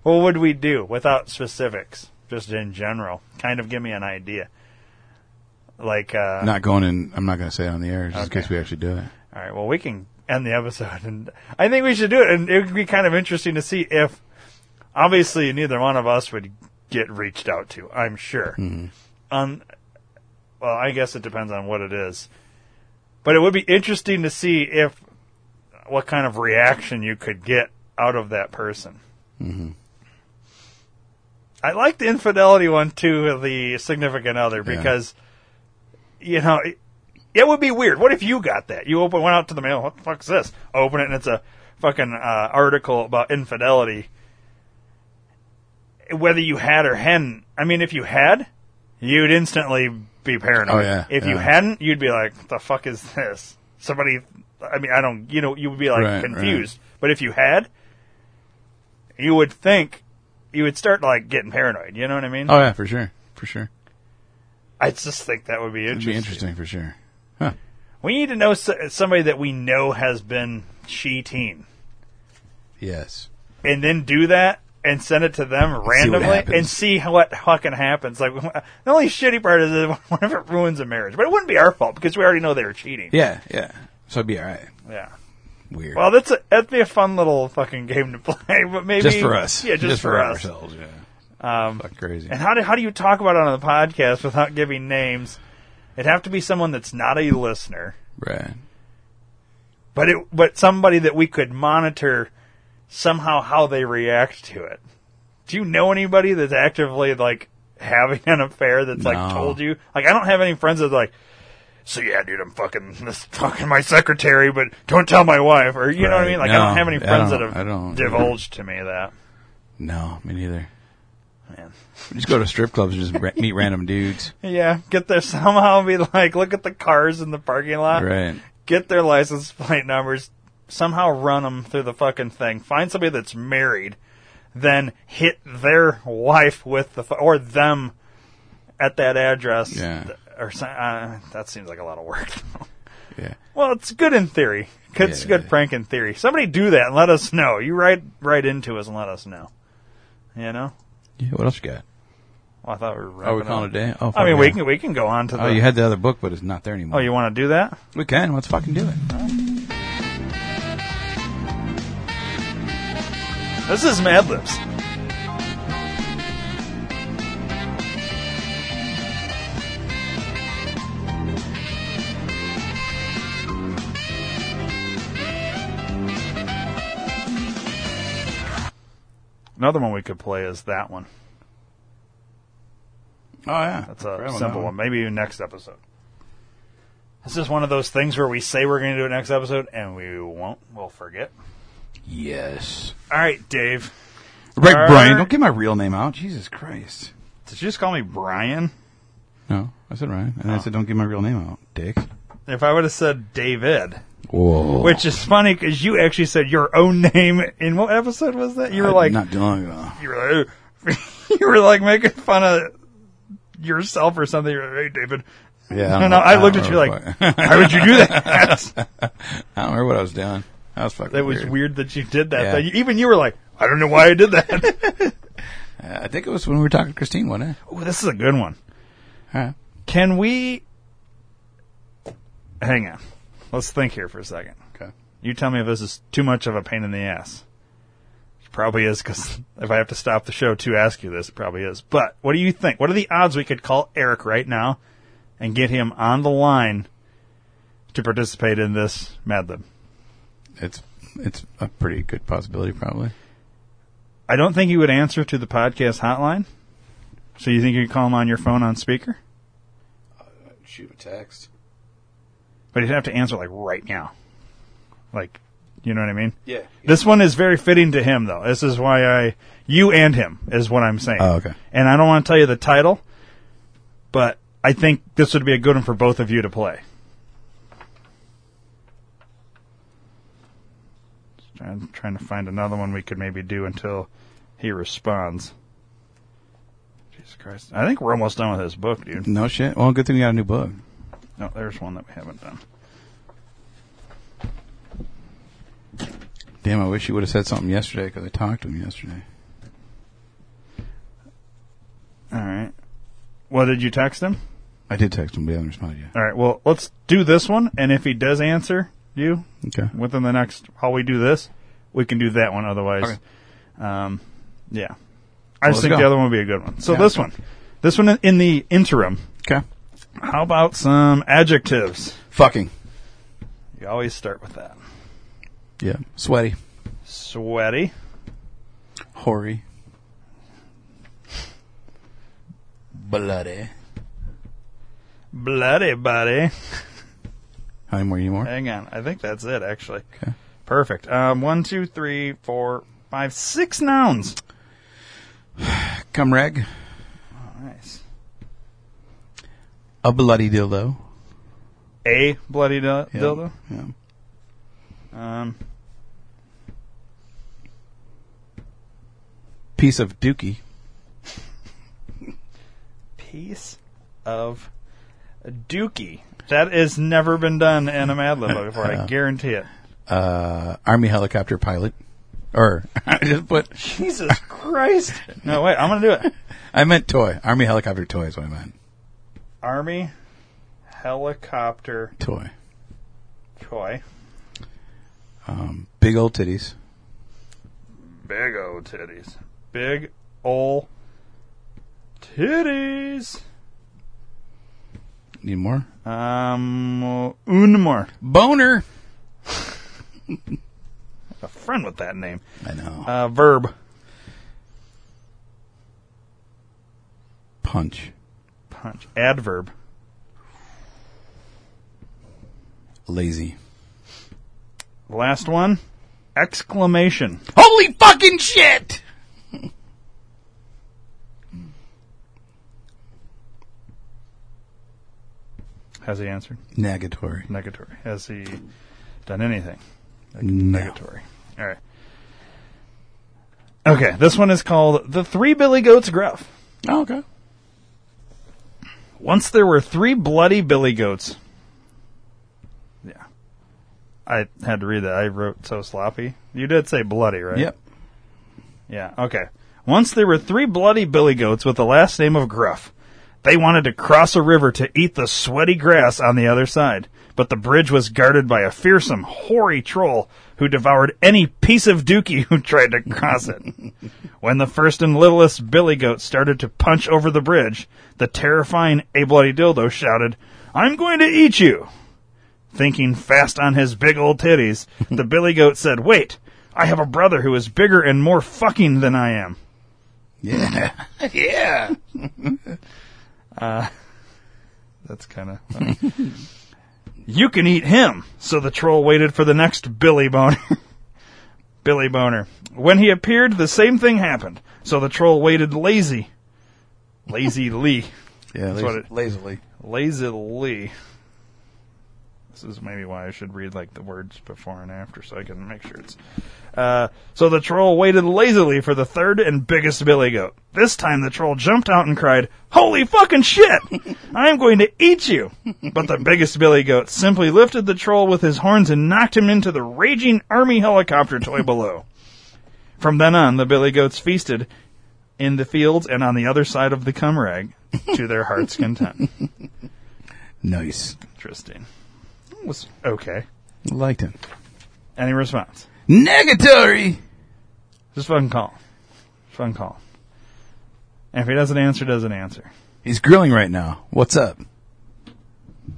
[SPEAKER 2] What would we do without specifics? Just in general, kind of give me an idea. Like, uh,
[SPEAKER 3] not going in. I'm not going to say it on the air just
[SPEAKER 2] Okay.
[SPEAKER 3] in case we actually do it.
[SPEAKER 2] all right, well, we can end the episode, and I think we should do it. And it would be kind of interesting to see if, obviously, neither one of us would get reached out to. I'm sure. Um, well, I guess it depends on what it is, but it would be interesting to see if what kind of reaction you could get out of that person. I like the infidelity one too, with the significant other,
[SPEAKER 3] Yeah.
[SPEAKER 2] because you know it, it would be weird. What if you got that? You open went out to the mail. What the fuck's this? Open it, and it's a fucking uh, article about infidelity. Whether you had or hadn't, I mean, if you had, you'd instantly be paranoid.
[SPEAKER 3] Oh, yeah,
[SPEAKER 2] If you
[SPEAKER 3] yeah.
[SPEAKER 2] hadn't, you'd be like, "The fuck is this?" Somebody, I mean, I don't, you know, you would be like
[SPEAKER 3] Right,
[SPEAKER 2] confused. But if you had, you would think you would start like getting paranoid. You know what I mean?
[SPEAKER 3] Oh yeah, for sure, for sure.
[SPEAKER 2] I just think that would be
[SPEAKER 3] It'd
[SPEAKER 2] interesting.
[SPEAKER 3] be interesting for sure.
[SPEAKER 2] We need to know s- somebody that we know has been cheating,
[SPEAKER 3] Yes.
[SPEAKER 2] and then do that and send it to them
[SPEAKER 3] see what
[SPEAKER 2] randomly
[SPEAKER 3] happens.
[SPEAKER 2] and see how what fucking happens. Like (laughs) the only shitty part is that (laughs) what if it ruins a marriage? But it wouldn't be our fault because we already know they were cheating.
[SPEAKER 3] Yeah, yeah. So it'd be all right.
[SPEAKER 2] Yeah.
[SPEAKER 3] Weird.
[SPEAKER 2] Well, that's a, that'd be a fun little fucking game to (laughs) play. But maybe
[SPEAKER 3] just for us.
[SPEAKER 2] Yeah, just, for, us.
[SPEAKER 3] ourselves. Yeah. Um, Fuck crazy.
[SPEAKER 2] And how do how do you talk about it on the podcast without giving names? It'd have to be someone that's not a listener.
[SPEAKER 3] right.
[SPEAKER 2] but it but somebody that we could monitor somehow how they react to it. Do you know anybody that's actively like having an affair that's like
[SPEAKER 3] No.
[SPEAKER 2] told you? Like I don't have any friends that like so yeah, dude, I'm fucking (laughs) this fucking my secretary, but don't tell my wife, or you know what I
[SPEAKER 3] Right.
[SPEAKER 2] mean. Like I
[SPEAKER 3] No,
[SPEAKER 2] don't have any
[SPEAKER 3] I
[SPEAKER 2] friends
[SPEAKER 3] don't-
[SPEAKER 2] that have
[SPEAKER 3] I don't.
[SPEAKER 2] divulged to me that.
[SPEAKER 3] No, me neither.
[SPEAKER 2] Man.
[SPEAKER 3] Just go to strip clubs and just ra- meet random
[SPEAKER 2] (laughs)
[SPEAKER 3] dudes.
[SPEAKER 2] Yeah, get there somehow. Be like, look at the cars in the parking lot.
[SPEAKER 3] Right.
[SPEAKER 2] Get their license (laughs) plate numbers. Somehow run them through the fucking thing. Find somebody that's married, then hit their wife with the fu- or them at that address.
[SPEAKER 3] Yeah.
[SPEAKER 2] Or so- uh, that seems like a lot of work. (laughs)
[SPEAKER 3] Yeah.
[SPEAKER 2] well, it's good in theory. It's a good prank in theory. Somebody do that and let us know. You write right into us and let us know. You know.
[SPEAKER 3] Yeah. What else you got?
[SPEAKER 2] Well, I thought we were.
[SPEAKER 3] Oh, we
[SPEAKER 2] wrapping
[SPEAKER 3] calling
[SPEAKER 2] up.
[SPEAKER 3] it a day. Oh,
[SPEAKER 2] I mean,
[SPEAKER 3] fuck
[SPEAKER 2] we
[SPEAKER 3] yeah.
[SPEAKER 2] can we can go on to the.
[SPEAKER 3] Oh, you had the other book, but it's not there
[SPEAKER 2] Oh,
[SPEAKER 3] anymore.
[SPEAKER 2] you want to do that?
[SPEAKER 3] we can. Let's fucking do it.
[SPEAKER 2] This is Mad Libs. Another one we could play is that one.
[SPEAKER 3] Oh yeah.
[SPEAKER 2] That's
[SPEAKER 3] Forgot
[SPEAKER 2] a
[SPEAKER 3] about that
[SPEAKER 2] simple one. Maybe even next episode. This is one of those things where we say we're going to do it next episode and we won't. We'll forget.
[SPEAKER 3] Yes.
[SPEAKER 2] All right, Dave.
[SPEAKER 3] Right,
[SPEAKER 2] All
[SPEAKER 3] Brian.
[SPEAKER 2] right.
[SPEAKER 3] Don't get my real name out. Jesus Christ.
[SPEAKER 2] Did you just call me Brian?
[SPEAKER 3] No, I said Ryan, and I said don't get my real name out, Dick.
[SPEAKER 2] If I would have said David,
[SPEAKER 3] Whoa.
[SPEAKER 2] which is funny because you actually said your own name in what episode was that? You were like,
[SPEAKER 3] not long ago.
[SPEAKER 2] you were (laughs) like, you were like making fun of yourself or something. You were, hey, David.
[SPEAKER 3] Yeah.
[SPEAKER 2] No, no, I looked at you
[SPEAKER 3] (laughs)
[SPEAKER 2] like, why would you do that?
[SPEAKER 3] I don't remember what I was doing. That was fucking.
[SPEAKER 2] that was weird that you did that.
[SPEAKER 3] Yeah.
[SPEAKER 2] Though. You- Even you were like, I don't know why I did that.
[SPEAKER 3] Uh, I think it was when we were talking to Christine, wasn't it?
[SPEAKER 2] Ooh, this is a good one.
[SPEAKER 3] All right.
[SPEAKER 2] Can we hang on? Let's think here for a second.
[SPEAKER 3] Okay.
[SPEAKER 2] You tell me if this is too much of a pain in the ass. It probably is because (laughs) if I have to stop the show to ask you this, it probably is. But what do you think? What are the odds we could call Eric right now and get him on the line to participate in this Mad Lib?
[SPEAKER 3] It's it's a pretty good possibility, probably.
[SPEAKER 2] I don't think he would answer to the podcast hotline. So you think you could call him on your phone on speaker?
[SPEAKER 3] Shoot a text.
[SPEAKER 2] But he'd have to answer like right now. Like, you know what I mean?
[SPEAKER 3] Yeah.
[SPEAKER 2] This one is very fitting to him, though. This is why I, you and him, is what I'm saying.
[SPEAKER 3] Oh, okay.
[SPEAKER 2] And I don't want to tell you the title, but I think this would be a good one for both of you to play. I'm trying to find another one we could maybe do until he responds. Jesus Christ. I think we're almost done with this book, dude.
[SPEAKER 3] No shit. Well, good thing you got a new book.
[SPEAKER 2] No, there's one that we haven't done.
[SPEAKER 3] Damn, I wish you would have said something yesterday because I talked to him yesterday.
[SPEAKER 2] All right. Well, did you text him?
[SPEAKER 3] I did text him, but he hasn't responded yet.
[SPEAKER 2] All right. Well, let's do this one, and if he does answer you
[SPEAKER 3] Okay.
[SPEAKER 2] within the next while we do this, we can do that one. Otherwise, um, yeah, I just
[SPEAKER 3] Well, let's
[SPEAKER 2] think
[SPEAKER 3] go.
[SPEAKER 2] the other one would be a good one. So
[SPEAKER 3] Yeah.
[SPEAKER 2] this one, this one in the interim.
[SPEAKER 3] Okay.
[SPEAKER 2] How about some adjectives?
[SPEAKER 3] Fucking.
[SPEAKER 2] You always start with that.
[SPEAKER 3] Yeah. Sweaty.
[SPEAKER 2] Sweaty,
[SPEAKER 3] Hoary. Bloody.
[SPEAKER 2] bloody, buddy.
[SPEAKER 3] How many more? You need more?
[SPEAKER 2] Hang on, I think that's it actually.
[SPEAKER 3] Okay.
[SPEAKER 2] Perfect. Um, one, two, three, four, five, six nouns.
[SPEAKER 3] Come rag.
[SPEAKER 2] Nice.
[SPEAKER 3] A bloody dildo.
[SPEAKER 2] A bloody dil-
[SPEAKER 3] Yeah.
[SPEAKER 2] dildo.
[SPEAKER 3] Yeah.
[SPEAKER 2] Um,
[SPEAKER 3] Piece of dookie.
[SPEAKER 2] piece of dookie. That has never been done in a Mad Lib before. I guarantee it.
[SPEAKER 3] Uh, Army helicopter pilot. Or, (laughs) I just put,
[SPEAKER 2] Jesus Christ! No, wait. I'm gonna do it.
[SPEAKER 3] I meant toy. Army helicopter toy is what I meant.
[SPEAKER 2] Army helicopter
[SPEAKER 3] Toy.
[SPEAKER 2] toy.
[SPEAKER 3] Big old titties.
[SPEAKER 2] Big old titties. Big ol' titties.
[SPEAKER 3] Need more?
[SPEAKER 2] Um, un more.
[SPEAKER 3] Boner.
[SPEAKER 2] A friend with that name.
[SPEAKER 3] I know.
[SPEAKER 2] Uh, verb.
[SPEAKER 3] Punch.
[SPEAKER 2] Punch. Adverb.
[SPEAKER 11] lazy.
[SPEAKER 2] Last one. Exclamation.
[SPEAKER 3] Holy fucking shit!
[SPEAKER 2] Has he answered?
[SPEAKER 11] Negatory.
[SPEAKER 2] Negatory. Has he done anything? Neg-
[SPEAKER 11] No.
[SPEAKER 2] Negatory. All right. Okay, this one is called The Three Billy Goats Gruff.
[SPEAKER 3] Oh, okay.
[SPEAKER 2] Once there were three bloody billy goats. Yeah. I had to read that. I wrote so sloppy. You did say bloody, right?
[SPEAKER 11] Yep.
[SPEAKER 2] Yeah, okay. Once there were three bloody billy goats with the last name of Gruff. They wanted to cross a river to eat the sweaty grass on the other side, but the bridge was guarded by a fearsome, hoary troll who devoured any piece of dookie (laughs) who tried to cross it. when the first and littlest billy goat started to punch over the bridge, the terrifying A Bloody Dildo shouted, I'm going to eat you! Thinking fast on his big old titties, the billy goat said, Wait, I have a brother who is bigger and more fucking than I am.
[SPEAKER 11] Yeah.
[SPEAKER 2] (laughs)
[SPEAKER 3] Yeah.
[SPEAKER 2] Uh, That's kind of funny. you can eat him. So the troll waited for the next Billy Boner. (laughs) Billy Boner. When he appeared, the same thing happened. So the troll waited lazy. Lazy Lee.
[SPEAKER 11] Yeah.
[SPEAKER 2] That's what it-
[SPEAKER 11] lazily.
[SPEAKER 2] Lazily. This is maybe why I should read like the words before and after so I can make sure it's. Uh, so the troll waited lazily for the third and biggest billy goat. This time the troll jumped out and cried, Holy fucking shit! I am going to eat you! But the biggest billy goat simply lifted the troll with his horns and knocked him into the raging army helicopter toy below. From then on, the billy goats feasted in the fields and on the other side of the cum rag to their heart's content.
[SPEAKER 11] Nice.
[SPEAKER 2] Interesting. It was okay.
[SPEAKER 11] Liked him.
[SPEAKER 2] Any response?
[SPEAKER 11] Negatory.
[SPEAKER 2] Just fucking call. Just fucking call. And if he doesn't answer, doesn't answer.
[SPEAKER 11] He's grilling right now. What's up?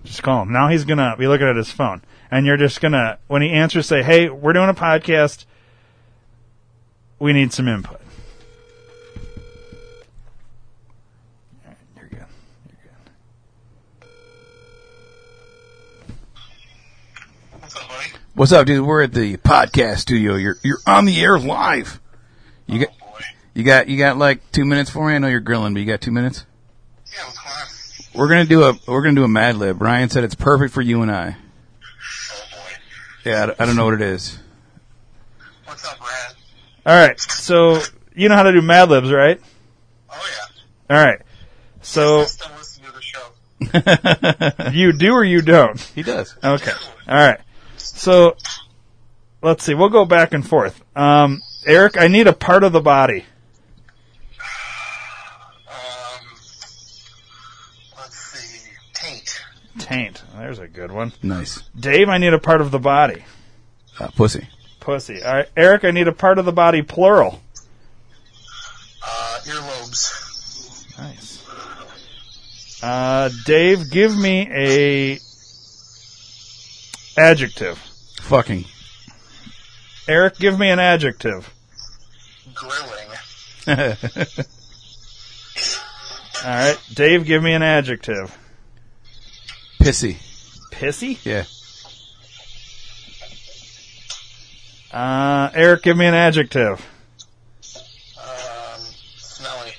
[SPEAKER 2] Just call him. Now he's gonna be looking at his phone, and you're just gonna when he answers, say, "Hey, we're doing a podcast. We need some input." All right, you're good. You're good.
[SPEAKER 3] What's up, dude? We're at the podcast studio. You're you're on the air live. You got you got you got like two minutes for me. I know you're grilling, but you got two minutes.
[SPEAKER 8] Yeah, what's going on?
[SPEAKER 3] We're gonna do a we're gonna do a Mad Lib. Ryan said it's perfect for you and I.
[SPEAKER 8] Oh boy.
[SPEAKER 3] Yeah, I d- I don't know what it is.
[SPEAKER 8] What's up, Brad?
[SPEAKER 2] All right. So you know how to do Mad Libs, right?
[SPEAKER 8] Oh yeah.
[SPEAKER 2] All right. So
[SPEAKER 8] still listening to the show.
[SPEAKER 2] you do or you don't.
[SPEAKER 3] He does. Oh,
[SPEAKER 2] Okay. All right. So let's see. We'll go back and forth. Um, Eric, I need a part of the body.
[SPEAKER 8] Um, let's see. Taint.
[SPEAKER 2] Taint. There's a good one.
[SPEAKER 11] Nice.
[SPEAKER 2] Dave, I need a part of the body.
[SPEAKER 11] Uh, pussy.
[SPEAKER 2] Pussy. All right. Eric, I need a part of the body. Plural.
[SPEAKER 8] Uh, earlobes.
[SPEAKER 2] Nice. Uh, Dave, give me a adjective.
[SPEAKER 11] Fucking.
[SPEAKER 2] Eric, give me an adjective.
[SPEAKER 8] Grilling.
[SPEAKER 2] All right. Dave, give me an adjective.
[SPEAKER 3] (laughs)
[SPEAKER 11] Pissy.
[SPEAKER 2] Pissy.
[SPEAKER 11] Yeah.
[SPEAKER 2] Uh, Eric, give me an adjective.
[SPEAKER 8] Um, smelly.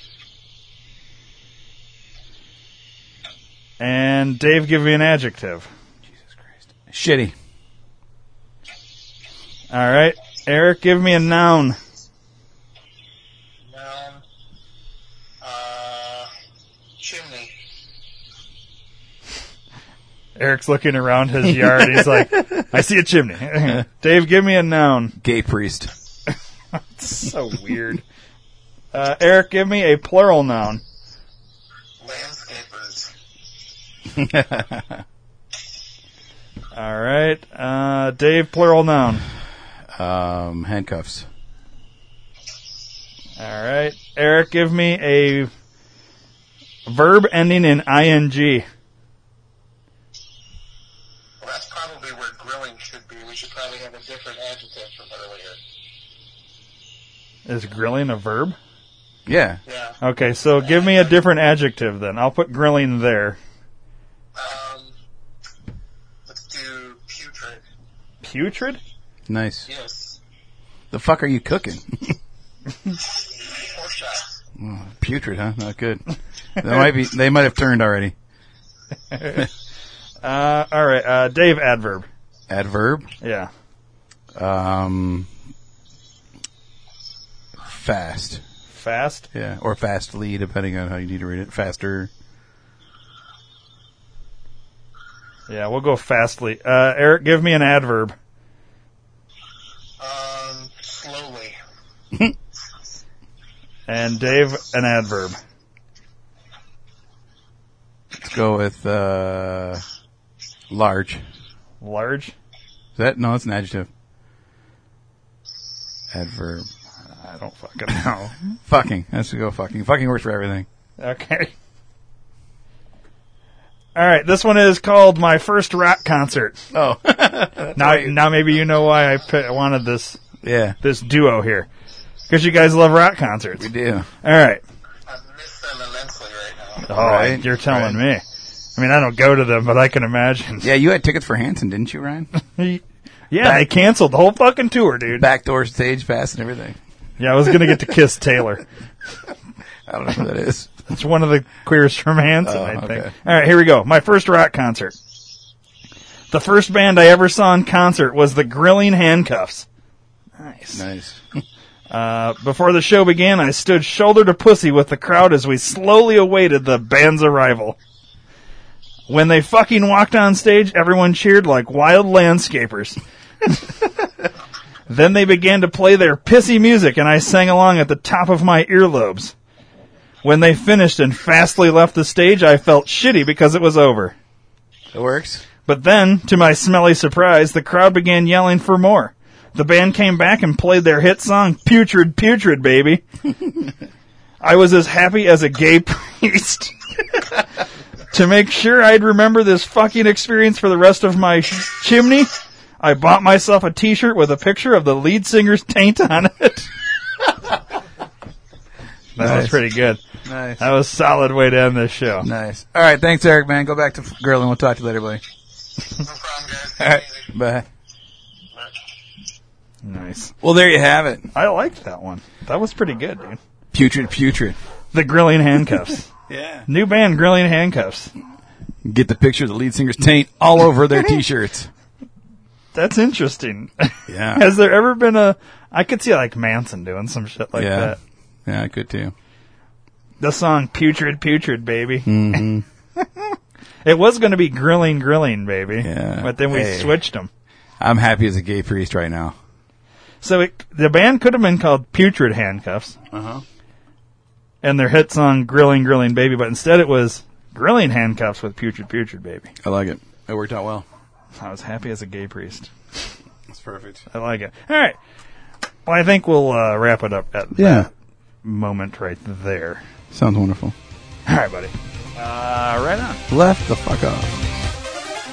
[SPEAKER 2] And Dave, give me an adjective.
[SPEAKER 11] Shitty.
[SPEAKER 2] All right, Eric, give me a noun.
[SPEAKER 8] Noun. Uh, chimney.
[SPEAKER 2] Eric's looking around his yard. He's like, I see a chimney. (laughs) Dave, give me a noun.
[SPEAKER 11] Gay priest.
[SPEAKER 2] (laughs) So weird. Uh, Eric, give me a plural noun.
[SPEAKER 8] Landscapers.
[SPEAKER 2] (laughs) All right, uh, Dave, plural noun.
[SPEAKER 11] Um, handcuffs.
[SPEAKER 2] All right, Eric, give me a verb ending in ing.
[SPEAKER 8] Well, that's probably where grilling should be. We should probably have a different adjective from earlier.
[SPEAKER 2] Is grilling a verb?
[SPEAKER 11] Yeah.
[SPEAKER 8] Yeah.
[SPEAKER 2] Okay, so give me a different adjective then. I'll put grilling there.
[SPEAKER 8] Um, let's do puke
[SPEAKER 2] putrid?
[SPEAKER 3] Nice.
[SPEAKER 8] Yes.
[SPEAKER 3] The fuck are you cooking? (laughs)
[SPEAKER 8] Pork chop.
[SPEAKER 3] Oh, putrid, huh? Not good. They might be. They might have turned already.
[SPEAKER 2] Uh, all right, uh, Dave adverb.
[SPEAKER 3] Adverb.
[SPEAKER 2] Yeah.
[SPEAKER 3] Um. Fast.
[SPEAKER 2] Fast.
[SPEAKER 3] Yeah, or fastly, depending on how you need to read it. Faster.
[SPEAKER 2] Yeah, we'll go fastly. Uh, Eric, give me an adverb.
[SPEAKER 8] Um, slowly.
[SPEAKER 2] And Dave, an adverb.
[SPEAKER 3] Let's go with uh, large. Is
[SPEAKER 2] Large.
[SPEAKER 3] that no? It's an adjective. Adverb.
[SPEAKER 2] I don't Oh, fucking know.
[SPEAKER 3] Fucking. Let's go. Fucking. Fucking works for everything.
[SPEAKER 2] (laughs) okay. All right, this one is called my first rock concert.
[SPEAKER 3] Oh.
[SPEAKER 2] Now, now maybe you know why I pi- wanted this
[SPEAKER 3] (laughs) yeah.
[SPEAKER 2] this duo here because you guys love rock concerts.
[SPEAKER 3] We do.
[SPEAKER 2] All right.
[SPEAKER 8] I miss them immensely right now.
[SPEAKER 2] Oh,
[SPEAKER 3] Right,
[SPEAKER 2] you're telling me. I mean, I don't go to them, but I can imagine. (laughs)
[SPEAKER 3] Yeah, you had tickets for Hanson, didn't you, Ryan?
[SPEAKER 2] yeah, they canceled the whole fucking tour, dude.
[SPEAKER 3] Backdoor stage pass and everything.
[SPEAKER 2] Yeah, I was gonna get to kiss Taylor.
[SPEAKER 3] I don't know who that is.
[SPEAKER 2] It's one of the queers from Hanson,
[SPEAKER 3] Oh,
[SPEAKER 2] I think.
[SPEAKER 3] okay.
[SPEAKER 2] All right, here we go. My first rock concert. The first band I ever saw in concert was the Grilling Handcuffs. Nice.
[SPEAKER 3] (laughs) Nice.
[SPEAKER 2] Uh, before the show began, I stood shoulder to pussy with the crowd as we slowly awaited the band's arrival. When they fucking walked on stage, everyone cheered like wild landscapers. (laughs) then they began to play their pissy music, and I sang along at the top of my earlobes. When they finished and fastly left the stage, I felt shitty because it was over.
[SPEAKER 3] It works.
[SPEAKER 2] But then, to my smelly surprise, the crowd began yelling for more. The band came back and played their hit song, Putrid, Putrid, Baby. I was as happy as a gay priest. to make sure I'd remember this fucking experience for the rest of my chimney, I bought myself a t shirt with a picture of the lead singer's taint on it. (laughs) that was
[SPEAKER 3] Nice.
[SPEAKER 2] pretty good.
[SPEAKER 3] Nice.
[SPEAKER 2] That was a solid way to end this show.
[SPEAKER 3] Nice. All right. Thanks, Eric, man. Go back to f- girl and we'll talk to you later, buddy.
[SPEAKER 8] No problem, guys.
[SPEAKER 3] All right. Bye.
[SPEAKER 2] Nice.
[SPEAKER 3] Well, there you have it.
[SPEAKER 2] I liked that one. That was pretty good, dude.
[SPEAKER 3] Putrid, putrid.
[SPEAKER 2] The Grilling Handcuffs.
[SPEAKER 3] (laughs) Yeah.
[SPEAKER 2] New band, Grilling Handcuffs.
[SPEAKER 3] Get the picture of the lead singer's taint all over (laughs) their t-shirts.
[SPEAKER 2] That's
[SPEAKER 3] (laughs)
[SPEAKER 2] interesting.
[SPEAKER 3] Yeah.
[SPEAKER 2] Has there ever been a? I could see like Manson doing some shit like
[SPEAKER 3] yeah.
[SPEAKER 2] that.
[SPEAKER 3] Yeah, I could too.
[SPEAKER 2] The song "Putrid, Putrid, Baby."
[SPEAKER 3] Mm-hmm.
[SPEAKER 2] (laughs) it was going to be "Grilling, Grilling, Baby,"
[SPEAKER 3] Yeah.
[SPEAKER 2] but then we
[SPEAKER 3] Hey.
[SPEAKER 2] switched them.
[SPEAKER 3] I'm happy as a gay priest right now.
[SPEAKER 2] So it, the band could have been called Putrid Handcuffs,
[SPEAKER 3] Uh-huh.
[SPEAKER 2] and their hit song "Grilling, Grilling, Baby," but instead it was "Grilling Handcuffs" with "Putrid, Putrid, Baby."
[SPEAKER 3] I like it. It worked out well.
[SPEAKER 2] I was happy as a gay priest.
[SPEAKER 3] That's perfect.
[SPEAKER 2] I like it. All right. Well, I think we'll uh, wrap it up at
[SPEAKER 3] Yeah.
[SPEAKER 2] moment right there. (laughs)
[SPEAKER 3] Sounds wonderful.
[SPEAKER 2] All right, buddy. Uh, right on.
[SPEAKER 3] Left the fuck off.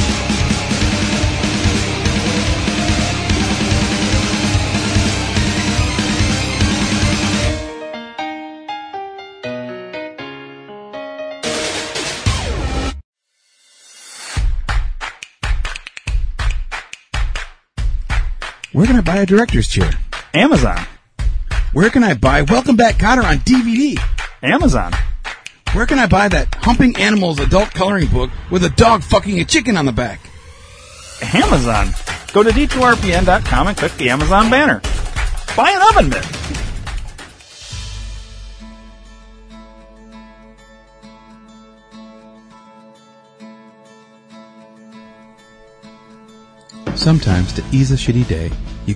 [SPEAKER 11] Where can I buy a director's chair?
[SPEAKER 2] Amazon.
[SPEAKER 11] Where can I buy Welcome Back Cotter on DVD?
[SPEAKER 2] Amazon.
[SPEAKER 11] Where can I buy that Humping Animals adult coloring book with a dog fucking a chicken on the back?
[SPEAKER 2] Amazon. Go to d2rpn.com and click the Amazon banner. Buy an oven mitt.
[SPEAKER 3] Sometimes to ease a shitty day, you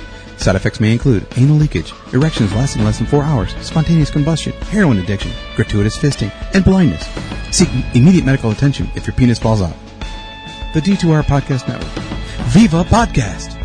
[SPEAKER 3] Side effects may include anal leakage, erections lasting less than four hours, spontaneous combustion, heroin addiction, gratuitous fisting, and blindness. Seek immediate medical attention if your penis falls out. The D2R Podcast Network. Viva Podcast!